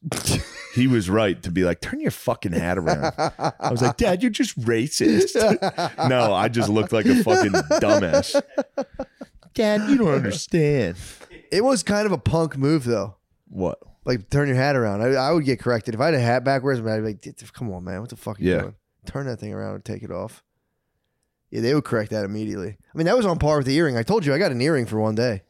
[SPEAKER 1] he was right to be like, turn your fucking hat around. I was like, Dad, you're just racist. no, I just looked like a fucking dumbass. Dad, you don't understand.
[SPEAKER 2] it was kind of a punk move though.
[SPEAKER 1] What?
[SPEAKER 2] Like turn your hat around. I, I would get corrected if I had a hat backwards. man, I'd be like, "Dude, "Come on, man, what the fuck are you
[SPEAKER 1] Yeah.
[SPEAKER 2] doing? Turn that thing around and take it off." Yeah, they would correct that immediately. I mean, that was on par with the earring. I told you, I got an earring for one day.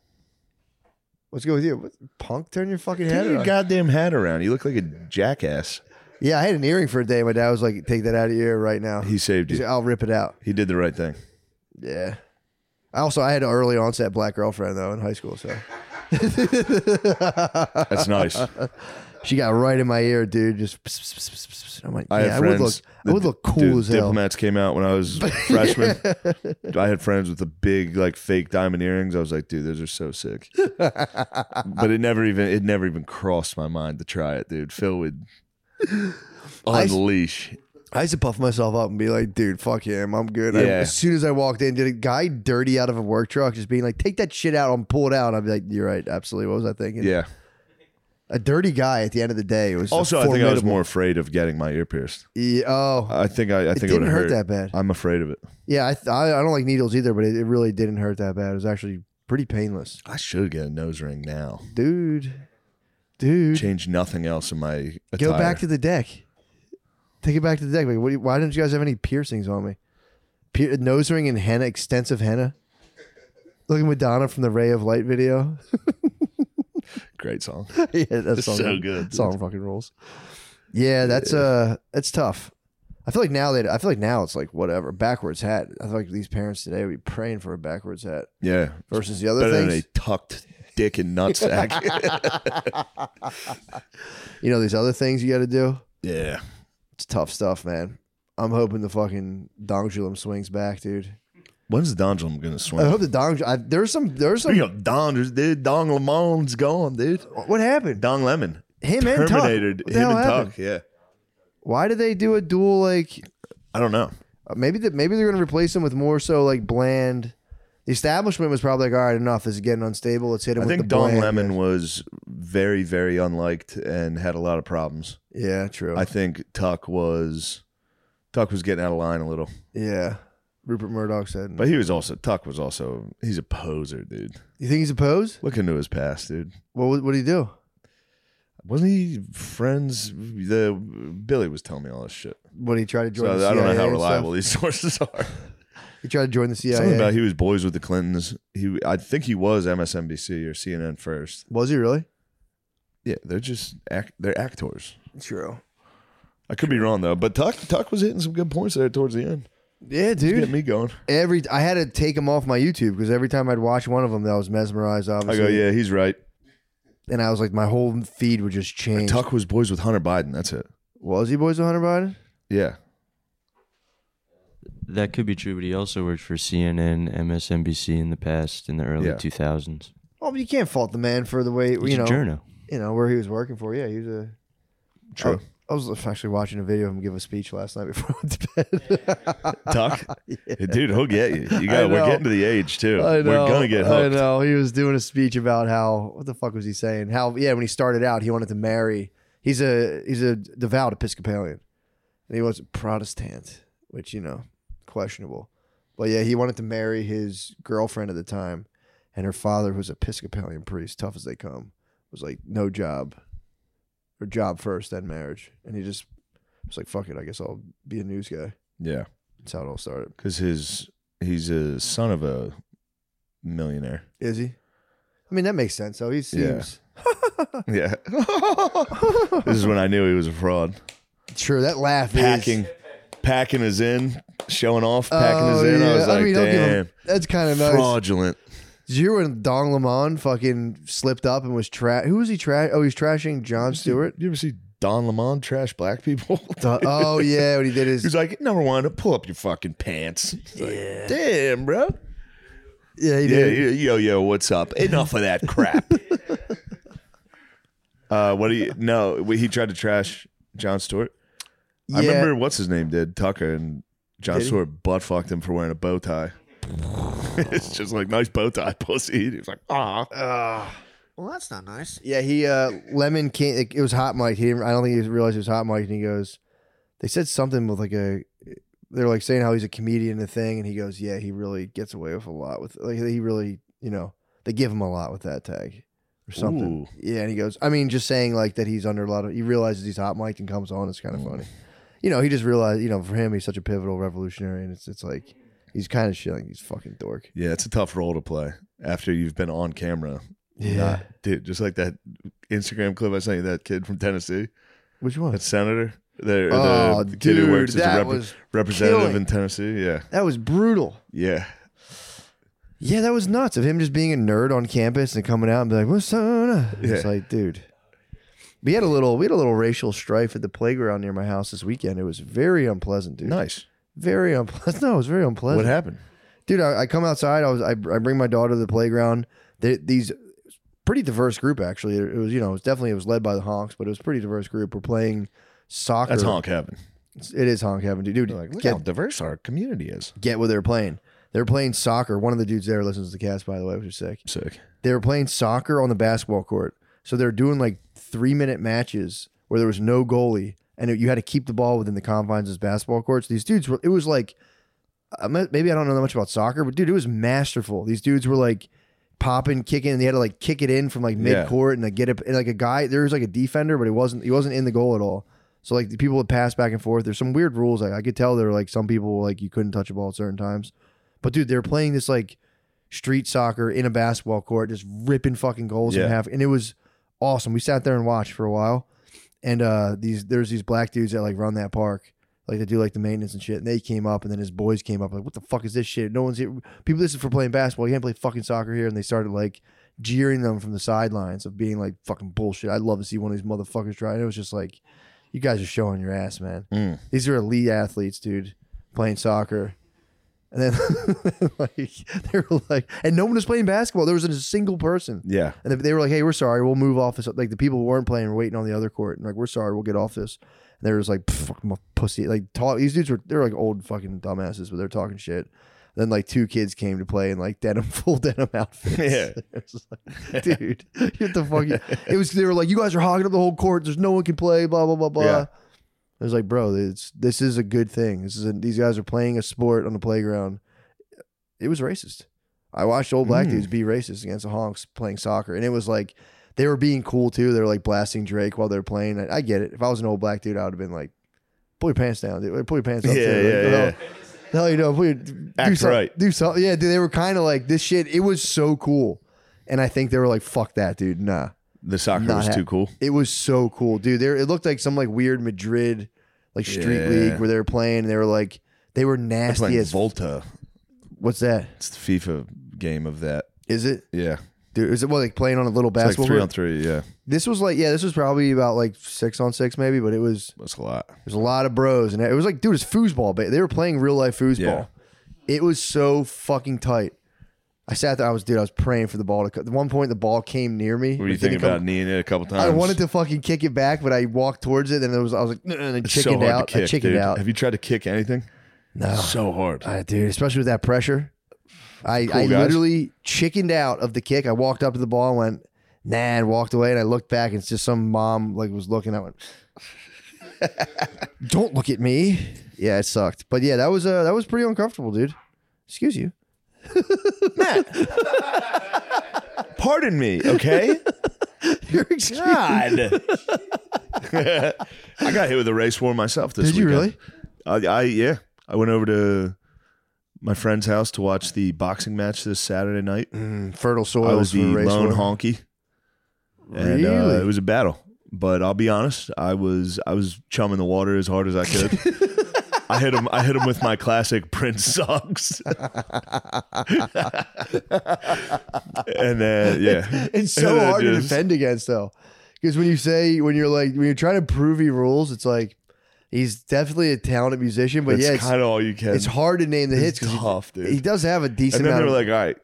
[SPEAKER 2] What's good with you, What- punk? Turn your fucking hat
[SPEAKER 1] Turn your
[SPEAKER 2] around.
[SPEAKER 1] goddamn hat around. You look like a jackass.
[SPEAKER 2] yeah, I had an earring for a day. My dad was like, "Take that out of your ear right now."
[SPEAKER 1] He saved
[SPEAKER 2] He said,
[SPEAKER 1] you.
[SPEAKER 2] I'll rip it out.
[SPEAKER 1] He did the right thing.
[SPEAKER 2] Yeah. I also I had an early onset black girlfriend though in high school, so
[SPEAKER 1] That's nice.
[SPEAKER 2] She got right in my ear, dude. Just pss, pss, pss, pss, pss. I'm like,
[SPEAKER 1] I
[SPEAKER 2] yeah,
[SPEAKER 1] have
[SPEAKER 2] I would look,
[SPEAKER 1] friends
[SPEAKER 2] I
[SPEAKER 1] that
[SPEAKER 2] would
[SPEAKER 1] d-
[SPEAKER 2] look cool
[SPEAKER 1] dude,
[SPEAKER 2] as hell.
[SPEAKER 1] Diplomats came out when I was freshman. I had friends with the big like fake diamond earrings. I was like, dude, those are so sick. but it never even it never even crossed my mind to try it, dude. Phil would unleash.
[SPEAKER 2] I used to puff myself up and be like, dude, fuck him, I'm good. I-
[SPEAKER 1] Yeah.
[SPEAKER 2] as soon as I walked in, did a guy dirty out of a work truck, just being like, take that shit out and pull it out. I'd be like, you're right, absolutely. What was I thinking?
[SPEAKER 1] yeah.
[SPEAKER 2] a dirty guy at the end of the day was
[SPEAKER 1] Also, I think I was
[SPEAKER 2] formidable-
[SPEAKER 1] more afraid of getting my ear pierced.
[SPEAKER 2] Yeah, oh,
[SPEAKER 1] I think I, I think it,
[SPEAKER 2] didn't
[SPEAKER 1] would
[SPEAKER 2] hurt that bad.
[SPEAKER 1] I'm afraid of it.
[SPEAKER 2] yeah, I, th- I I don't like needles either, but it, it really didn't hurt that bad. It was actually pretty painless,
[SPEAKER 1] I should get a nose ring now.
[SPEAKER 2] dude. Dude,
[SPEAKER 1] Change nothing else in my attire.
[SPEAKER 2] Go back to the deck. Take it back to the deck. Like, what do you, why don't you guys have any piercings on me? Pier- nose ring and henna, extensive henna. Look at Madonna from the Ray of Light video.
[SPEAKER 1] great song.
[SPEAKER 2] yeah, that's
[SPEAKER 1] So good,
[SPEAKER 2] Song fucking rules. Yeah, that's uh, that's tough. I feel like now that I feel like now it's like whatever backwards hat. I feel like these parents today would be praying for a backwards hat
[SPEAKER 1] Yeah.
[SPEAKER 2] versus the other
[SPEAKER 1] Better than
[SPEAKER 2] things.
[SPEAKER 1] a tucked dick and nutsack.
[SPEAKER 2] You know these other things you got to do.
[SPEAKER 1] yeah.
[SPEAKER 2] It's tough stuff, man. I'm hoping the fucking Dongulum swings back, dude.
[SPEAKER 1] When's Donjum gonna swing?
[SPEAKER 2] I hope the Dong. I, there's some. There's some.
[SPEAKER 1] Speaking of Don, dude, Don Lemon's gone, dude.
[SPEAKER 2] What happened?
[SPEAKER 1] Don Lemon.
[SPEAKER 2] Him and Tuck.
[SPEAKER 1] Terminated
[SPEAKER 2] What the
[SPEAKER 1] him
[SPEAKER 2] hell
[SPEAKER 1] and
[SPEAKER 2] happened?
[SPEAKER 1] Tuck. Yeah.
[SPEAKER 2] Why did they do a dual? Like
[SPEAKER 1] I don't know.
[SPEAKER 2] uh, maybe that maybe they're gonna replace him with more so like bland. The establishment was probably like, all right, enough. This is getting unstable. Let's hit him.
[SPEAKER 1] I
[SPEAKER 2] with
[SPEAKER 1] think
[SPEAKER 2] the
[SPEAKER 1] Don
[SPEAKER 2] bland.
[SPEAKER 1] Lemon was very, very unliked and had a lot of problems.
[SPEAKER 2] Yeah, true.
[SPEAKER 1] I think Tuck was Tuck was getting out of line a little.
[SPEAKER 2] yeah, Rupert Murdoch said.
[SPEAKER 1] But he was also Tuck was also he's a poser, dude.
[SPEAKER 2] you think he's a pose?
[SPEAKER 1] Look into his past, dude.
[SPEAKER 2] What would what do you do?
[SPEAKER 1] Wasn't he friends the Billy was telling me all this shit.
[SPEAKER 2] What he try to join?
[SPEAKER 1] So
[SPEAKER 2] the
[SPEAKER 1] I don't know
[SPEAKER 2] CIA
[SPEAKER 1] how
[SPEAKER 2] and stuff?
[SPEAKER 1] reliable these sources are.
[SPEAKER 2] He tried to join the CIA.
[SPEAKER 1] Something about he was boys with the Clintons. He, I think he was MSNBC or CNN first.
[SPEAKER 2] was he really?
[SPEAKER 1] Yeah, they're just act, they're actors.
[SPEAKER 2] True.
[SPEAKER 1] I could be wrong though, but Tuck Tuck was hitting some good points there towards the end.
[SPEAKER 2] Yeah,
[SPEAKER 1] Dude,
[SPEAKER 2] dude.
[SPEAKER 1] me going.
[SPEAKER 2] Every I had to take him off my YouTube because every time I'd watch one of them, I was mesmerized.
[SPEAKER 1] I
[SPEAKER 2] Obviously,
[SPEAKER 1] go, yeah, he's right.
[SPEAKER 2] and I was like, my whole feed would just change.
[SPEAKER 1] Tuck was boys with Hunter Biden. That's it.
[SPEAKER 2] was he boys with Hunter Biden?
[SPEAKER 1] Yeah,
[SPEAKER 5] That could be true, but he also worked for CNN, MSNBC in the past, in the early
[SPEAKER 1] Yeah.
[SPEAKER 5] 2000s.
[SPEAKER 2] Well, Oh, you can't fault the man for the way you
[SPEAKER 5] He's a
[SPEAKER 2] know,
[SPEAKER 5] journo.
[SPEAKER 2] you know where he was working for. Yeah, he was a
[SPEAKER 1] true.
[SPEAKER 2] I was actually watching a video of him give a speech last night before I went to bed.
[SPEAKER 1] Oh. Tuck, dude, he'll get you. You
[SPEAKER 2] I
[SPEAKER 1] got. We're
[SPEAKER 2] know.
[SPEAKER 1] getting to the age too.
[SPEAKER 2] I know,
[SPEAKER 1] We're gonna get
[SPEAKER 2] I
[SPEAKER 1] hooked.
[SPEAKER 2] know. He was doing a speech about how what the fuck was he saying? How yeah, when he started out, he wanted to marry. He's a he's a devout Episcopalian, and he was a Protestant, which you know, questionable. But yeah, he wanted to marry his girlfriend at the time, and her father, who's Episcopalian priest, tough as they come, was like, no job, or job first, then marriage. And he just was like, fuck it, I guess I'll be a news guy.
[SPEAKER 1] Yeah,
[SPEAKER 2] That's how it all started.
[SPEAKER 1] because his he's a son of a millionaire.
[SPEAKER 2] Is he? I mean, that makes sense. though. he
[SPEAKER 1] Yeah.
[SPEAKER 2] seems.
[SPEAKER 1] Yeah, this is when I knew he was a fraud.
[SPEAKER 2] True, that laugh
[SPEAKER 1] Packing,
[SPEAKER 2] is
[SPEAKER 1] packing his in, showing off, packing
[SPEAKER 2] Oh,
[SPEAKER 1] his in. I
[SPEAKER 2] yeah.
[SPEAKER 1] was like,
[SPEAKER 2] mean, don't give him-
[SPEAKER 1] damn,
[SPEAKER 2] that's kind of nice.
[SPEAKER 1] fraudulent.
[SPEAKER 2] Did you hear when Don Lemon fucking slipped up and was trash? Who was he trash? Oh, he was trashing John Stewart.
[SPEAKER 1] You ever see Don Lemon trash black people?
[SPEAKER 2] Duh. oh yeah, what he did
[SPEAKER 1] He's
[SPEAKER 2] is
[SPEAKER 1] like, number one, pull up your fucking pants. It's like, damn, bro.
[SPEAKER 2] yeah he
[SPEAKER 1] Yeah,
[SPEAKER 2] did.
[SPEAKER 1] yeah, yo, yo, what's up? Enough of that crap. uh, what do you? No, he tried to trash John Stewart. I
[SPEAKER 2] Yeah.
[SPEAKER 1] remember what's his name did Tucker and John
[SPEAKER 2] Did he?
[SPEAKER 1] Stewart butt fucked him for wearing a bow tie. it's just like nice bow tie, pussy. He was like, ah,
[SPEAKER 6] Well, that's not nice.
[SPEAKER 2] Yeah, he uh, Lemon came. It, it was hot mic. He didn't. I don't think he realized it was hot mic. And he goes, they said something with like a. They're like saying how he's a comedian and a thing, and he goes, yeah, he really gets away with a lot with like he really you know they give him a lot with that tag or something.
[SPEAKER 1] Ooh.
[SPEAKER 2] Yeah, and he goes, I mean, just saying like that he's under a lot of. He realizes he's hot mic and comes on. It's kind
[SPEAKER 1] Mm.
[SPEAKER 2] of funny. You know, he just realized. You know, for him, he's such a pivotal revolutionary, and it's it's like he's kind of shilling. He's fucking dork.
[SPEAKER 1] yeah. It's a tough role to play after you've been on camera. Not- dude, just like that Instagram clip I sent you, that kid from Tennessee,
[SPEAKER 2] which one?
[SPEAKER 1] that senator, the,
[SPEAKER 2] Oh,
[SPEAKER 1] the kid who works
[SPEAKER 2] dude,
[SPEAKER 1] as a
[SPEAKER 2] that
[SPEAKER 1] rep-
[SPEAKER 2] was
[SPEAKER 1] representative
[SPEAKER 2] killing.
[SPEAKER 1] in Tennessee. Yeah,
[SPEAKER 2] That was brutal.
[SPEAKER 1] yeah.
[SPEAKER 2] Yeah, that was nuts of him just being a nerd on campus and coming out and be like, "What's up?" It's
[SPEAKER 1] Yeah.
[SPEAKER 2] like, dude. We had a little, we had a little racial strife at the playground near my house this weekend. It was very unpleasant, dude.
[SPEAKER 1] Nice.
[SPEAKER 2] Very unpleasant. No, it was very unpleasant
[SPEAKER 1] What happened?
[SPEAKER 2] dude I, I come outside i was I, I bring my daughter to the playground they, these pretty diverse group actually it was you know it was definitely it was led by the honks but it was a pretty diverse group we're playing soccer
[SPEAKER 1] That's honk heaven.
[SPEAKER 2] it is honk heaven dude Dude,
[SPEAKER 1] They're like, look
[SPEAKER 2] get,
[SPEAKER 1] how diverse our community is.
[SPEAKER 2] get what they're playing they're playing soccer one of the dudes there listens to the cast by the way which is sick
[SPEAKER 1] Sick.
[SPEAKER 2] they were playing soccer on the basketball court. So they were doing like three minute matches where there was no goalie and it, you had to keep the ball within the confines of this basketball courts. These dudes were, it was like, I mi- maybe I don't know that much about soccer, but dude, it was masterful. These dudes were like popping, kicking, and they had to like kick it in from like
[SPEAKER 1] Yeah.
[SPEAKER 2] mid court and like get it. And like a guy, there was like a defender, but he wasn't, he wasn't in the goal at all. So like the people would pass back and forth. There's some weird rules. I, I could tell there were like some people like you couldn't touch a ball at certain times. But dude, they were playing this like street soccer in a basketball court, just ripping fucking goals
[SPEAKER 1] Yeah.
[SPEAKER 2] in half, and it was awesome. We sat there and watched for a while, and uh, these there's these black dudes that like run that park, like they do like the maintenance and shit, and they came up, and then his boys came up, like what the fuck is this shit? No one's here. People, this is for playing basketball. You can't play fucking soccer here, and they started like jeering them from the sidelines of being like fucking bullshit. I'd love to see one of these motherfuckers try. And it was just like, you guys are showing your ass, man.
[SPEAKER 1] Mm.
[SPEAKER 2] These are elite athletes, dude, playing soccer. And then like they were like, and no one was playing basketball. There wasn't a single person.
[SPEAKER 1] Yeah.
[SPEAKER 2] And they- they were like, "Hey, we're sorry. We'll move off this." Like the people who weren't playing were waiting on the other court, and like, "We're sorry. We'll get off this." And they were just like, "Fuck my pussy." Like tall. These dudes were they're like old fucking dumbasses, but they're talking shit. Then like two kids came to play in like denim, full denim outfits.
[SPEAKER 1] Yeah.
[SPEAKER 2] It was like, dude, get the fuck. It was. They were like, "You guys are hogging up the whole court. There's no one can play." Blah blah blah blah.
[SPEAKER 1] Yeah.
[SPEAKER 2] I was like, "Bro, this this is a good thing. This is a, these guys are playing a sport on the playground." It was racist. I watched old black
[SPEAKER 1] Mm.
[SPEAKER 2] dudes be racist against the honks playing soccer, and it was like they were being cool too. They were like blasting Drake while they're playing. I, I get it. If I was an old black dude, I would have been like, "Pull your pants down, dude. Pull your pants up."
[SPEAKER 1] Yeah,
[SPEAKER 2] too.
[SPEAKER 1] yeah,
[SPEAKER 2] like, the hell-
[SPEAKER 1] yeah.
[SPEAKER 2] the hell you know? Pull your, do
[SPEAKER 1] Act
[SPEAKER 2] some-
[SPEAKER 1] right.
[SPEAKER 2] Do something. Yeah, dude. They were kind of like this shit. It was so cool, and I think they were like, "Fuck that, dude. Nah."
[SPEAKER 1] The soccer
[SPEAKER 2] Not
[SPEAKER 1] was
[SPEAKER 2] ha-
[SPEAKER 1] too cool.
[SPEAKER 2] It was so cool, dude. There, it looked like some like weird Madrid like street
[SPEAKER 1] Yeah.
[SPEAKER 2] league where they were playing. and They were like, they were
[SPEAKER 1] They're
[SPEAKER 2] nasty
[SPEAKER 1] playing
[SPEAKER 2] as.
[SPEAKER 1] Volta.
[SPEAKER 2] what's that?
[SPEAKER 1] It's the FIFA game of that.
[SPEAKER 2] Is it?
[SPEAKER 1] Yeah.
[SPEAKER 2] Dude, is it what like playing on a little
[SPEAKER 1] It's
[SPEAKER 2] basketball?
[SPEAKER 1] like three on
[SPEAKER 2] court?
[SPEAKER 1] three. Yeah.
[SPEAKER 2] this was like yeah, this was probably about like six on six maybe, but it was
[SPEAKER 1] That's a lot.
[SPEAKER 2] there's a lot of bros and it was like dude, it's foosball. But they were playing real life foosball.
[SPEAKER 1] Yeah.
[SPEAKER 2] It was so fucking tight. I sat there. I was, dude. I was praying for the ball to. co- At one point, the ball came near me.
[SPEAKER 1] What do you
[SPEAKER 2] It didn't
[SPEAKER 1] think
[SPEAKER 2] come-
[SPEAKER 1] about kneeing it a couple times?
[SPEAKER 2] I wanted to fucking kick it back, but I walked towards it, and it was. I was like, "Nuh," and I
[SPEAKER 1] It's
[SPEAKER 2] chickened
[SPEAKER 1] so hard
[SPEAKER 2] out.
[SPEAKER 1] to kick,
[SPEAKER 2] I chickened
[SPEAKER 1] dude.
[SPEAKER 2] out.
[SPEAKER 1] Have you tried to kick anything?
[SPEAKER 2] no,
[SPEAKER 1] So hard.
[SPEAKER 2] I- Uh, dude, especially with that pressure. I, I
[SPEAKER 1] guys.
[SPEAKER 2] literally chickened out of the kick. I walked up to the ball, and went nah, and walked away. And I looked back, and it's just some mom like was looking. I went, "Don't look at me." Yeah, it sucked, but yeah, that was uh, that was pretty uncomfortable, dude. Excuse you.
[SPEAKER 1] Pardon me, okay?
[SPEAKER 2] Your excuse-
[SPEAKER 1] God. I got hit with a race war myself this
[SPEAKER 2] Did you
[SPEAKER 1] weekend.
[SPEAKER 2] really?
[SPEAKER 1] I, I yeah. I went over to my friend's house to watch the boxing match this Saturday night.
[SPEAKER 2] Mm, fertile soil.
[SPEAKER 1] I was the
[SPEAKER 2] for a race
[SPEAKER 1] lone
[SPEAKER 2] war.
[SPEAKER 1] honky. And
[SPEAKER 2] Really?
[SPEAKER 1] uh, it was a battle. But I'll be honest, I was I was chumming the water as hard as I could. I hit him I hit him with my classic Prince socks. and then uh, yeah.
[SPEAKER 2] It's so
[SPEAKER 1] It
[SPEAKER 2] hard to
[SPEAKER 1] is.
[SPEAKER 2] defend against though. Because when you say when you're like when you're trying to prove he rules, it's like he's definitely a talented musician, but
[SPEAKER 1] That's
[SPEAKER 2] yeah, it's,
[SPEAKER 1] kind of all you can.
[SPEAKER 2] it's hard to name the
[SPEAKER 1] It's
[SPEAKER 2] hits because
[SPEAKER 1] tough, dude.
[SPEAKER 2] he, does have a decent
[SPEAKER 1] and then
[SPEAKER 2] amount
[SPEAKER 1] they were
[SPEAKER 2] of
[SPEAKER 1] like, all right,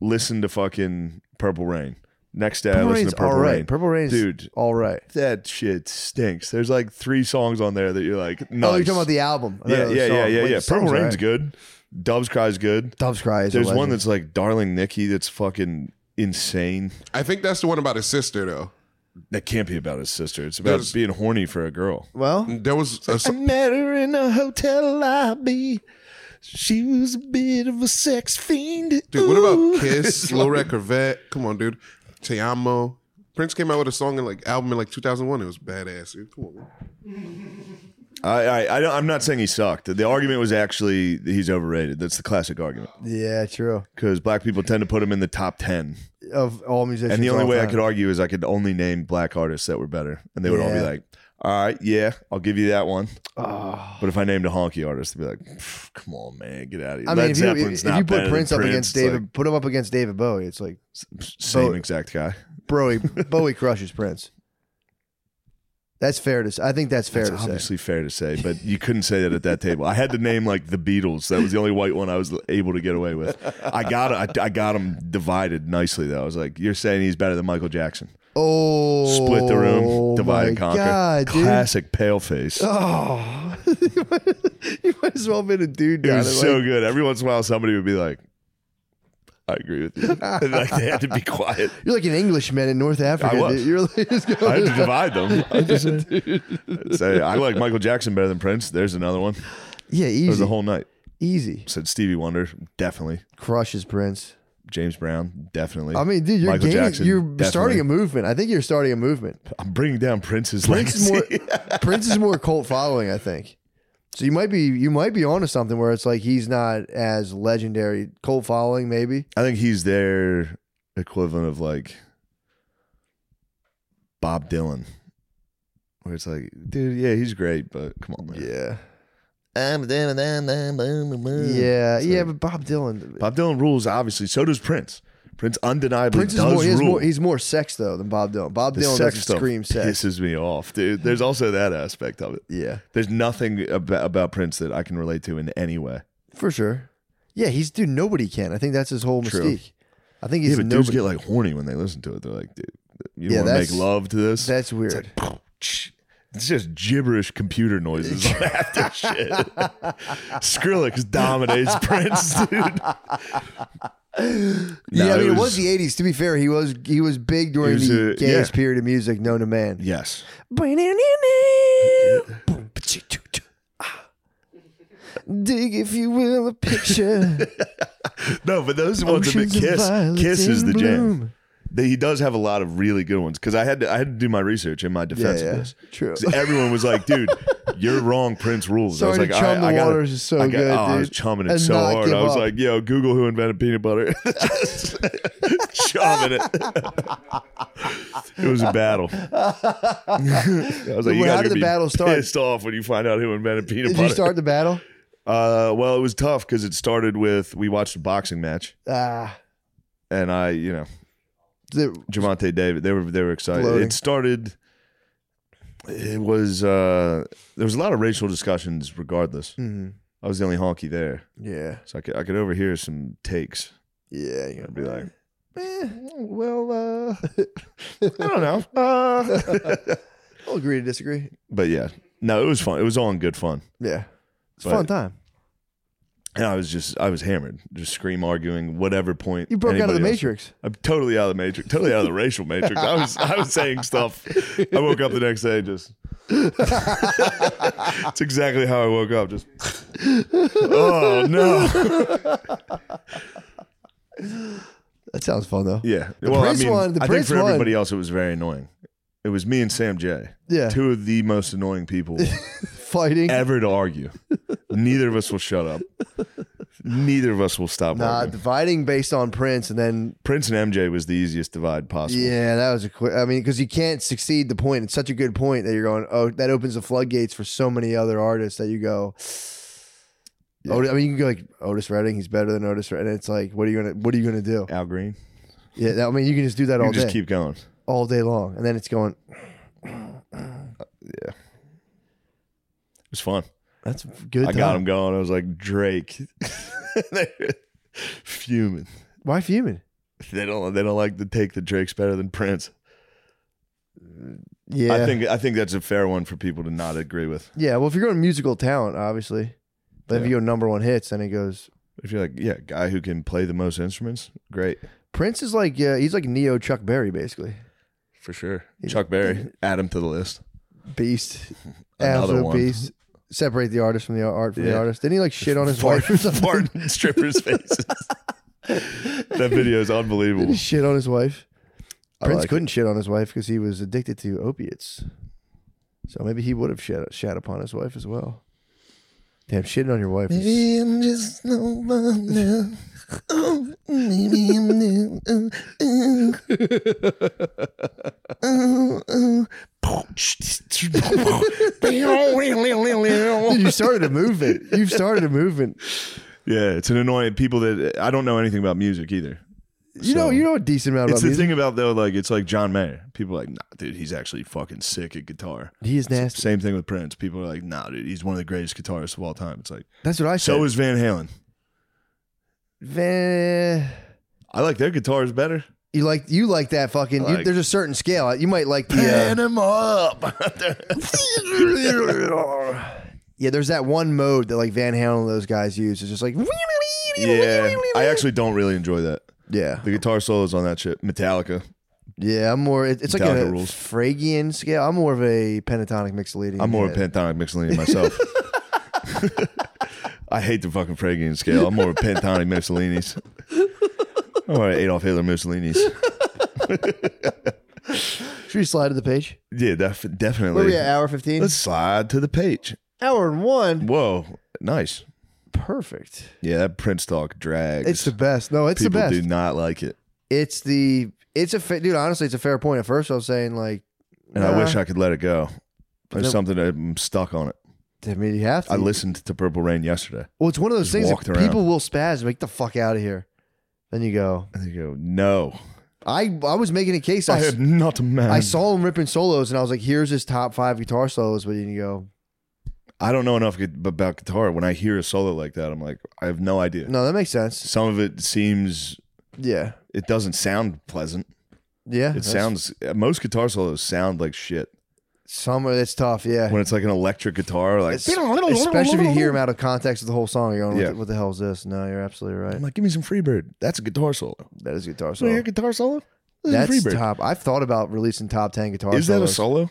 [SPEAKER 1] listen to fucking Purple Rain. Next day,
[SPEAKER 2] Purple
[SPEAKER 1] I listened
[SPEAKER 2] Rain's
[SPEAKER 1] to Purple
[SPEAKER 2] all right.
[SPEAKER 1] Rain.
[SPEAKER 2] Purple Rain's
[SPEAKER 1] Dude,
[SPEAKER 2] all right. Oh,
[SPEAKER 1] that shit stinks. There's like three songs on there that you're like, nice.
[SPEAKER 2] Oh, you're talking about the album. I
[SPEAKER 1] yeah,
[SPEAKER 2] thought it was
[SPEAKER 1] yeah,
[SPEAKER 2] a
[SPEAKER 1] yeah,
[SPEAKER 2] song.
[SPEAKER 1] yeah,
[SPEAKER 2] Wait,
[SPEAKER 1] yeah.
[SPEAKER 2] the
[SPEAKER 1] Purple
[SPEAKER 2] song's all
[SPEAKER 1] Rain's
[SPEAKER 2] right.
[SPEAKER 1] good. Doves Cry's good.
[SPEAKER 2] Dove's Cry is a
[SPEAKER 1] There's one
[SPEAKER 2] legend.
[SPEAKER 1] that's like Darling Nikki that's fucking insane.
[SPEAKER 3] I think that's the one about his sister though.
[SPEAKER 1] That can't be about his sister. It's about
[SPEAKER 3] There's-
[SPEAKER 1] being horny for a girl.
[SPEAKER 2] well,
[SPEAKER 3] There was a,
[SPEAKER 1] I
[SPEAKER 3] so-
[SPEAKER 1] met her in a hotel lobby. She was a bit of a sex fiend.
[SPEAKER 3] dude. What
[SPEAKER 1] Ooh.
[SPEAKER 3] about Kiss, Lil Red Corvette? Come on, dude. Te Amo. Prince came out with a song in like album in like 2001. It was badass. Dude. Come on. man.
[SPEAKER 1] I, I, I don't, I'm not saying he sucked. The argument was actually that he's overrated. That's the classic argument
[SPEAKER 2] yeah, true.
[SPEAKER 1] because black people tend to put him in the top ten.
[SPEAKER 2] Of all musicians,
[SPEAKER 1] And the only
[SPEAKER 2] all
[SPEAKER 1] way I
[SPEAKER 2] time.
[SPEAKER 1] could argue is I could only name black artists that were better, and they would all be
[SPEAKER 2] Yeah.
[SPEAKER 1] like, "All right, yeah, I'll give you that one."
[SPEAKER 2] Ah.
[SPEAKER 1] But if I named a honky artist, they'd be like, "Pff, "Come on, man, get out of here."
[SPEAKER 2] I mean,
[SPEAKER 1] Led
[SPEAKER 2] if you,
[SPEAKER 1] Zeppelin's
[SPEAKER 2] if
[SPEAKER 1] not
[SPEAKER 2] you
[SPEAKER 1] better
[SPEAKER 2] put
[SPEAKER 1] than
[SPEAKER 2] Prince up against
[SPEAKER 1] Prince,
[SPEAKER 2] David, put him up against David Bowie, it's like,
[SPEAKER 1] like, same
[SPEAKER 2] Bowie.
[SPEAKER 1] exact guy.
[SPEAKER 2] bro, he, Bowie crushes Prince. That's fair to say. I think that's fair
[SPEAKER 1] That's
[SPEAKER 2] to say.
[SPEAKER 1] obviously fair to say, but you couldn't say that at that table. I had to name like the Beatles. That was the only white one I was able to get away with. I got I, I got him divided nicely though. I was like, "You're saying he's better than Michael Jackson?"
[SPEAKER 2] Oh,
[SPEAKER 1] Split the room, divide
[SPEAKER 2] my
[SPEAKER 1] and conquer.
[SPEAKER 2] God, dude.
[SPEAKER 1] Classic pale face.
[SPEAKER 2] Oh, you might as well have been a dude.
[SPEAKER 1] It
[SPEAKER 2] down
[SPEAKER 1] was
[SPEAKER 2] at,
[SPEAKER 1] so
[SPEAKER 2] like-
[SPEAKER 1] good. Every once in a while, somebody would be like, "I agree with you." And, like they had to be quiet.
[SPEAKER 2] You're like an Englishman in North Africa.
[SPEAKER 1] was.
[SPEAKER 2] dude. You're like, just
[SPEAKER 1] I had
[SPEAKER 2] going,
[SPEAKER 1] to divide them. I just say I like Michael Jackson better than Prince. There's another one.
[SPEAKER 2] yeah,
[SPEAKER 1] It was
[SPEAKER 2] easy,
[SPEAKER 1] the whole night.
[SPEAKER 2] easy.
[SPEAKER 1] Said Stevie Wonder, definitely.
[SPEAKER 2] Crushes Prince.
[SPEAKER 1] James Brown, definitely.
[SPEAKER 2] I mean, dude, you're
[SPEAKER 1] Michael
[SPEAKER 2] gaining,
[SPEAKER 1] Jackson,
[SPEAKER 2] you're
[SPEAKER 1] definitely.
[SPEAKER 2] starting a movement. I think you're starting a movement.
[SPEAKER 1] I'm bringing down Prince's
[SPEAKER 2] Prince is
[SPEAKER 1] legacy.
[SPEAKER 2] more Prince is more cult following, I think. So you might be you might be onto something where it's like he's not as legendary. Cult following, maybe.
[SPEAKER 1] I think he's their equivalent of like Bob Dylan, where it's like, dude, yeah, he's great, but come on, man.
[SPEAKER 2] Yeah.
[SPEAKER 1] Yeah.
[SPEAKER 2] Yeah,
[SPEAKER 1] So-
[SPEAKER 2] yeah, but Bob Dylan.
[SPEAKER 1] Bob Dylan rules, obviously. So does Prince. Prince undeniably
[SPEAKER 2] Prince is
[SPEAKER 1] does
[SPEAKER 2] more, he has
[SPEAKER 1] rule.
[SPEAKER 2] more. He's more sex though than Bob Dylan. Bob
[SPEAKER 1] the
[SPEAKER 2] Dylan
[SPEAKER 1] sex
[SPEAKER 2] doesn't
[SPEAKER 1] stuff
[SPEAKER 2] scream sex.
[SPEAKER 1] pisses me off, dude. There's also that aspect of it.
[SPEAKER 2] Yeah,
[SPEAKER 1] There's nothing about, about Prince that I can relate to in any way.
[SPEAKER 2] for sure. Yeah, he's dude. Nobody can. I think that's his whole
[SPEAKER 1] True.
[SPEAKER 2] mystique. I think
[SPEAKER 1] Yeah,
[SPEAKER 2] he's
[SPEAKER 1] but dudes
[SPEAKER 2] nobody.
[SPEAKER 1] get like horny when they listen to it. They're like, dude, you don't
[SPEAKER 2] Yeah,
[SPEAKER 1] want
[SPEAKER 2] that's-
[SPEAKER 1] to make love to this.
[SPEAKER 2] that's weird.
[SPEAKER 1] It's just gibberish computer noises on after shit. Skrillex dominates Prince, dude. No,
[SPEAKER 2] yeah, I mean, it was,
[SPEAKER 1] was-
[SPEAKER 2] the '80s. To be fair, he was he was big during
[SPEAKER 1] was,
[SPEAKER 2] the
[SPEAKER 1] uh,
[SPEAKER 2] gayest
[SPEAKER 1] yeah.
[SPEAKER 2] period of music known to man.
[SPEAKER 1] Yes.
[SPEAKER 2] Ah. Dig if you will a picture.
[SPEAKER 1] No, but those ones that
[SPEAKER 2] Oceans of
[SPEAKER 1] Kiss,
[SPEAKER 2] violets
[SPEAKER 1] Kiss is
[SPEAKER 2] in
[SPEAKER 1] the
[SPEAKER 2] bloom.
[SPEAKER 1] jam. That he does have a lot of really good ones because I had to I had to do my research in my defense
[SPEAKER 2] yeah,
[SPEAKER 1] of this.
[SPEAKER 2] true.
[SPEAKER 1] 'Cause Everyone was like, "Dude, you're wrong." Prince rules. I was
[SPEAKER 2] Sorry
[SPEAKER 1] like,
[SPEAKER 2] to chum
[SPEAKER 1] I, I
[SPEAKER 2] the
[SPEAKER 1] gotta-
[SPEAKER 2] waters is so
[SPEAKER 1] I got-
[SPEAKER 2] good,
[SPEAKER 1] Oh, I was
[SPEAKER 2] dude.
[SPEAKER 1] chumming it
[SPEAKER 2] And
[SPEAKER 1] so
[SPEAKER 2] not
[SPEAKER 1] hard.
[SPEAKER 2] give
[SPEAKER 1] I was
[SPEAKER 2] up.
[SPEAKER 1] like, "Yo, Google who invented peanut butter." Just chumming it. it was a battle. I was like,
[SPEAKER 2] Well,
[SPEAKER 1] "You
[SPEAKER 2] how
[SPEAKER 1] guys are
[SPEAKER 2] did the
[SPEAKER 1] gonna be
[SPEAKER 2] battle start?
[SPEAKER 1] pissed off when you find out who invented peanut
[SPEAKER 2] Did
[SPEAKER 1] butter."
[SPEAKER 2] you start the battle?
[SPEAKER 1] Uh, well, it was tough because it started with we watched a boxing match,
[SPEAKER 2] Ah,
[SPEAKER 1] and I, you know,
[SPEAKER 2] the-
[SPEAKER 1] Javante David. They were they were excited.
[SPEAKER 2] Floating.
[SPEAKER 1] It started. It was uh, there was a lot of racial discussions. Regardless,
[SPEAKER 2] mhm.
[SPEAKER 1] I was the only honky there,
[SPEAKER 2] yeah.
[SPEAKER 1] so I could I could overhear some takes.
[SPEAKER 2] Yeah, you're
[SPEAKER 1] I'd be like,
[SPEAKER 2] eh, well, uh,
[SPEAKER 1] I don't know. Uh.
[SPEAKER 2] I'll agree to disagree.
[SPEAKER 1] but yeah, no, it was fun. It was all in good fun.
[SPEAKER 2] Yeah, it's a
[SPEAKER 1] But-
[SPEAKER 2] fun time.
[SPEAKER 1] And I was just, I was hammered, just scream arguing, whatever point.
[SPEAKER 2] You broke out of the
[SPEAKER 1] anybody else-
[SPEAKER 2] Matrix.
[SPEAKER 1] I'm totally out of the matrix, totally out of the racial matrix. I was, I was saying stuff. I woke up the next day just. it's exactly how I woke up. Just, oh no,
[SPEAKER 2] That sounds fun though.
[SPEAKER 1] yeah.
[SPEAKER 2] The Prince one- the
[SPEAKER 1] I
[SPEAKER 2] Prince
[SPEAKER 1] think for
[SPEAKER 2] one-
[SPEAKER 1] everybody else, it was very annoying. It was me and Sam J,
[SPEAKER 2] Yeah,
[SPEAKER 1] two of the most annoying people
[SPEAKER 2] fighting.
[SPEAKER 1] ever to argue. Neither of us will shut up. Neither of us will stop.
[SPEAKER 2] Nah,
[SPEAKER 1] arguing.
[SPEAKER 2] dividing based on Prince, and then
[SPEAKER 1] Prince and MJ was the easiest divide possible.
[SPEAKER 2] yeah, that was a quick. I mean, because you can't succeed the point. It's such a good point that you're going. Oh, that opens the floodgates for so many other artists that you go. Otis, I mean, you can go like Otis Redding. He's better than Otis, Redding. and it's like, what are you gonna, what are you gonna do?
[SPEAKER 1] Al Green.
[SPEAKER 2] Yeah, that, I mean, you can just do that
[SPEAKER 1] You
[SPEAKER 2] all
[SPEAKER 1] can just
[SPEAKER 2] day,
[SPEAKER 1] keep going.
[SPEAKER 2] all day long, and then it's going.
[SPEAKER 1] It was fun.
[SPEAKER 2] That's a good.
[SPEAKER 1] I got
[SPEAKER 2] time."
[SPEAKER 1] him going. I was like Drake, They were fuming.
[SPEAKER 2] Why fuming?
[SPEAKER 1] They don't. They don't like to take the Drakes better than Prince.
[SPEAKER 2] Yeah,
[SPEAKER 1] I think. I think that's a fair one for people to not agree with.
[SPEAKER 2] Yeah, well, if you're going musical talent, obviously, but if
[SPEAKER 1] Yeah.
[SPEAKER 2] you go number one hits, then it goes.
[SPEAKER 1] If you're like, yeah, guy who can play the most instruments, great
[SPEAKER 2] Prince is like, yeah, he's like neo Chuck Berry, basically.
[SPEAKER 1] for sure. Chuck Berry, add him to the list.
[SPEAKER 2] Beast,
[SPEAKER 1] Another
[SPEAKER 2] absolute
[SPEAKER 1] one.
[SPEAKER 2] beast. Separate the artist from the art from the
[SPEAKER 1] Yeah.
[SPEAKER 2] artist. Didn't he like shit on his wife or something?
[SPEAKER 1] fart in strippers' faces. that video is
[SPEAKER 2] Didn't
[SPEAKER 1] unbelievable.
[SPEAKER 2] he shit on his wife?
[SPEAKER 1] I
[SPEAKER 2] Prince
[SPEAKER 1] like
[SPEAKER 2] couldn't shit on his wife because he was addicted to opiates. So maybe he would have shat, shat upon his wife as well. Damn, shitting on your wife. is-
[SPEAKER 1] I'm just no longer. Oh, maybe I'm new. Oh, oh. Oh, oh.
[SPEAKER 2] Dude, you started a movement. You've started a movement.
[SPEAKER 1] yeah, it's an annoying people that I don't know anything about music either.
[SPEAKER 2] You know,
[SPEAKER 1] So-
[SPEAKER 2] you know a decent amount
[SPEAKER 1] It's
[SPEAKER 2] about
[SPEAKER 1] the
[SPEAKER 2] music.
[SPEAKER 1] thing about though, like it's like John Mayer. People are like, nah, dude, he's actually fucking sick at guitar.
[SPEAKER 2] He is nasty.
[SPEAKER 1] Same thing with Prince. People are like, nah, dude, he's one of the greatest guitarists of all time. It's like,
[SPEAKER 2] That's what I said.
[SPEAKER 1] so is Van Halen.
[SPEAKER 2] Van,
[SPEAKER 1] I like their guitars better.
[SPEAKER 2] you like you like that fucking. you,
[SPEAKER 1] Like-
[SPEAKER 2] there's a certain scale. You might like the. Uh,
[SPEAKER 1] him up.
[SPEAKER 2] yeah, there's that one mode that like Van Halen and those guys use. It's just like.
[SPEAKER 1] yeah, I actually don't really enjoy that.
[SPEAKER 2] Yeah,
[SPEAKER 1] The guitar solos on that shit, Metallica.
[SPEAKER 2] yeah. I'm more. It, it's like a
[SPEAKER 1] Metallica rules.
[SPEAKER 2] Phrygian scale. I'm more of a pentatonic mixolydian.
[SPEAKER 1] I'm more of a
[SPEAKER 2] head.
[SPEAKER 1] pentatonic mixolydian myself. I hate the fucking Phrygian scale. I'm more of a pentatonic miscellaneous. I'm more of Adolf Hitler miscellaneous.
[SPEAKER 2] Should we slide to the page?
[SPEAKER 1] Yeah, def-
[SPEAKER 2] Where are
[SPEAKER 1] definitely.
[SPEAKER 2] we at? Hour fifteen.
[SPEAKER 1] Let's slide to the page.
[SPEAKER 2] Hour and one.
[SPEAKER 1] Whoa, nice.
[SPEAKER 2] Perfect.
[SPEAKER 1] Yeah, that Prince talk drags.
[SPEAKER 2] It's the best. No, it's
[SPEAKER 1] People
[SPEAKER 2] the best.
[SPEAKER 1] do not like it.
[SPEAKER 2] It's the. It's a fa- dude. Honestly, it's a fair point. At first, I was saying like.
[SPEAKER 1] And I
[SPEAKER 2] nah.
[SPEAKER 1] wish I could let it go. There's
[SPEAKER 2] No.
[SPEAKER 1] something that I'm stuck on it.
[SPEAKER 2] I mean, you have to.
[SPEAKER 1] I listened to Purple Rain yesterday.
[SPEAKER 2] Well, it's one of those
[SPEAKER 1] Just
[SPEAKER 2] things that
[SPEAKER 1] walked around.
[SPEAKER 2] people will spaz, like the fuck out of here. Then you go.
[SPEAKER 1] And they go, no.
[SPEAKER 2] I I was making a case. I,
[SPEAKER 1] I
[SPEAKER 2] s-
[SPEAKER 1] am not a man.
[SPEAKER 2] I saw him ripping solos, and I was like, "Here's his top five guitar solos." But then you go,
[SPEAKER 1] I don't know enough gu- about guitar. When I hear a solo like that, I'm like, I have no idea.
[SPEAKER 2] "No, that makes sense."
[SPEAKER 1] Some of it seems,
[SPEAKER 2] Yeah,
[SPEAKER 1] it doesn't sound pleasant.
[SPEAKER 2] yeah.
[SPEAKER 1] It
[SPEAKER 2] that's-
[SPEAKER 1] sounds, most guitar solos sound like shit.
[SPEAKER 2] some. of It's tough. Yeah,
[SPEAKER 1] When it's like an electric guitar, like,
[SPEAKER 2] It's- especially if you hear him out of context of the whole song. You're going, "What,
[SPEAKER 1] Yeah.
[SPEAKER 2] the, what the hell is this?" No, you're absolutely
[SPEAKER 1] I'm
[SPEAKER 2] right.
[SPEAKER 1] like, give me some Freebird. That's a guitar solo. You
[SPEAKER 2] That is a guitar
[SPEAKER 1] wanna hear
[SPEAKER 2] solo.
[SPEAKER 1] a guitar solo? This
[SPEAKER 2] That's
[SPEAKER 1] is Freebird.
[SPEAKER 2] top. I've thought about releasing top ten guitar.
[SPEAKER 1] Is that a solo?
[SPEAKER 2] solos.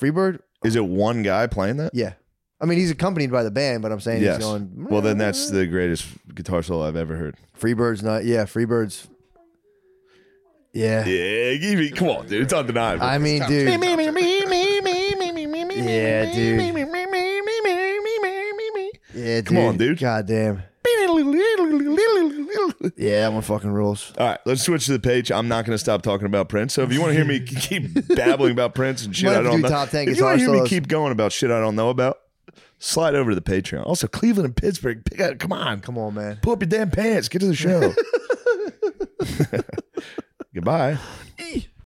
[SPEAKER 2] Freebird?
[SPEAKER 1] Is it one guy playing that?
[SPEAKER 2] Yeah. I mean, he's accompanied by the band, but I'm saying
[SPEAKER 1] Yes.
[SPEAKER 2] he's going.
[SPEAKER 1] Well, then
[SPEAKER 2] eh.
[SPEAKER 1] that's the greatest guitar solo I've ever heard.
[SPEAKER 2] Freebird's not. Yeah, Freebird's. Yeah.
[SPEAKER 1] Yeah, give me, come on, dude. It's undeniable.
[SPEAKER 2] I mean, dude. Yeah, dude. Yeah, dude.
[SPEAKER 1] Come on, dude.
[SPEAKER 2] God damn. Yeah, that one fucking rules.
[SPEAKER 1] All right, let's switch to the page. I'm not going to stop talking about Prince. So if you want to hear me keep babbling about Prince and shit
[SPEAKER 2] Might
[SPEAKER 1] I
[SPEAKER 2] have to
[SPEAKER 1] don't
[SPEAKER 2] do
[SPEAKER 1] know,
[SPEAKER 2] top 10
[SPEAKER 1] if you want to
[SPEAKER 2] guitar
[SPEAKER 1] hear me
[SPEAKER 2] solos.
[SPEAKER 1] keep going about shit I don't know about, slide over to the Patreon. Also, Cleveland and Pittsburgh, pick up, come on,
[SPEAKER 2] Come on, man.
[SPEAKER 1] pull up your damn pants, get to the show. Goodbye.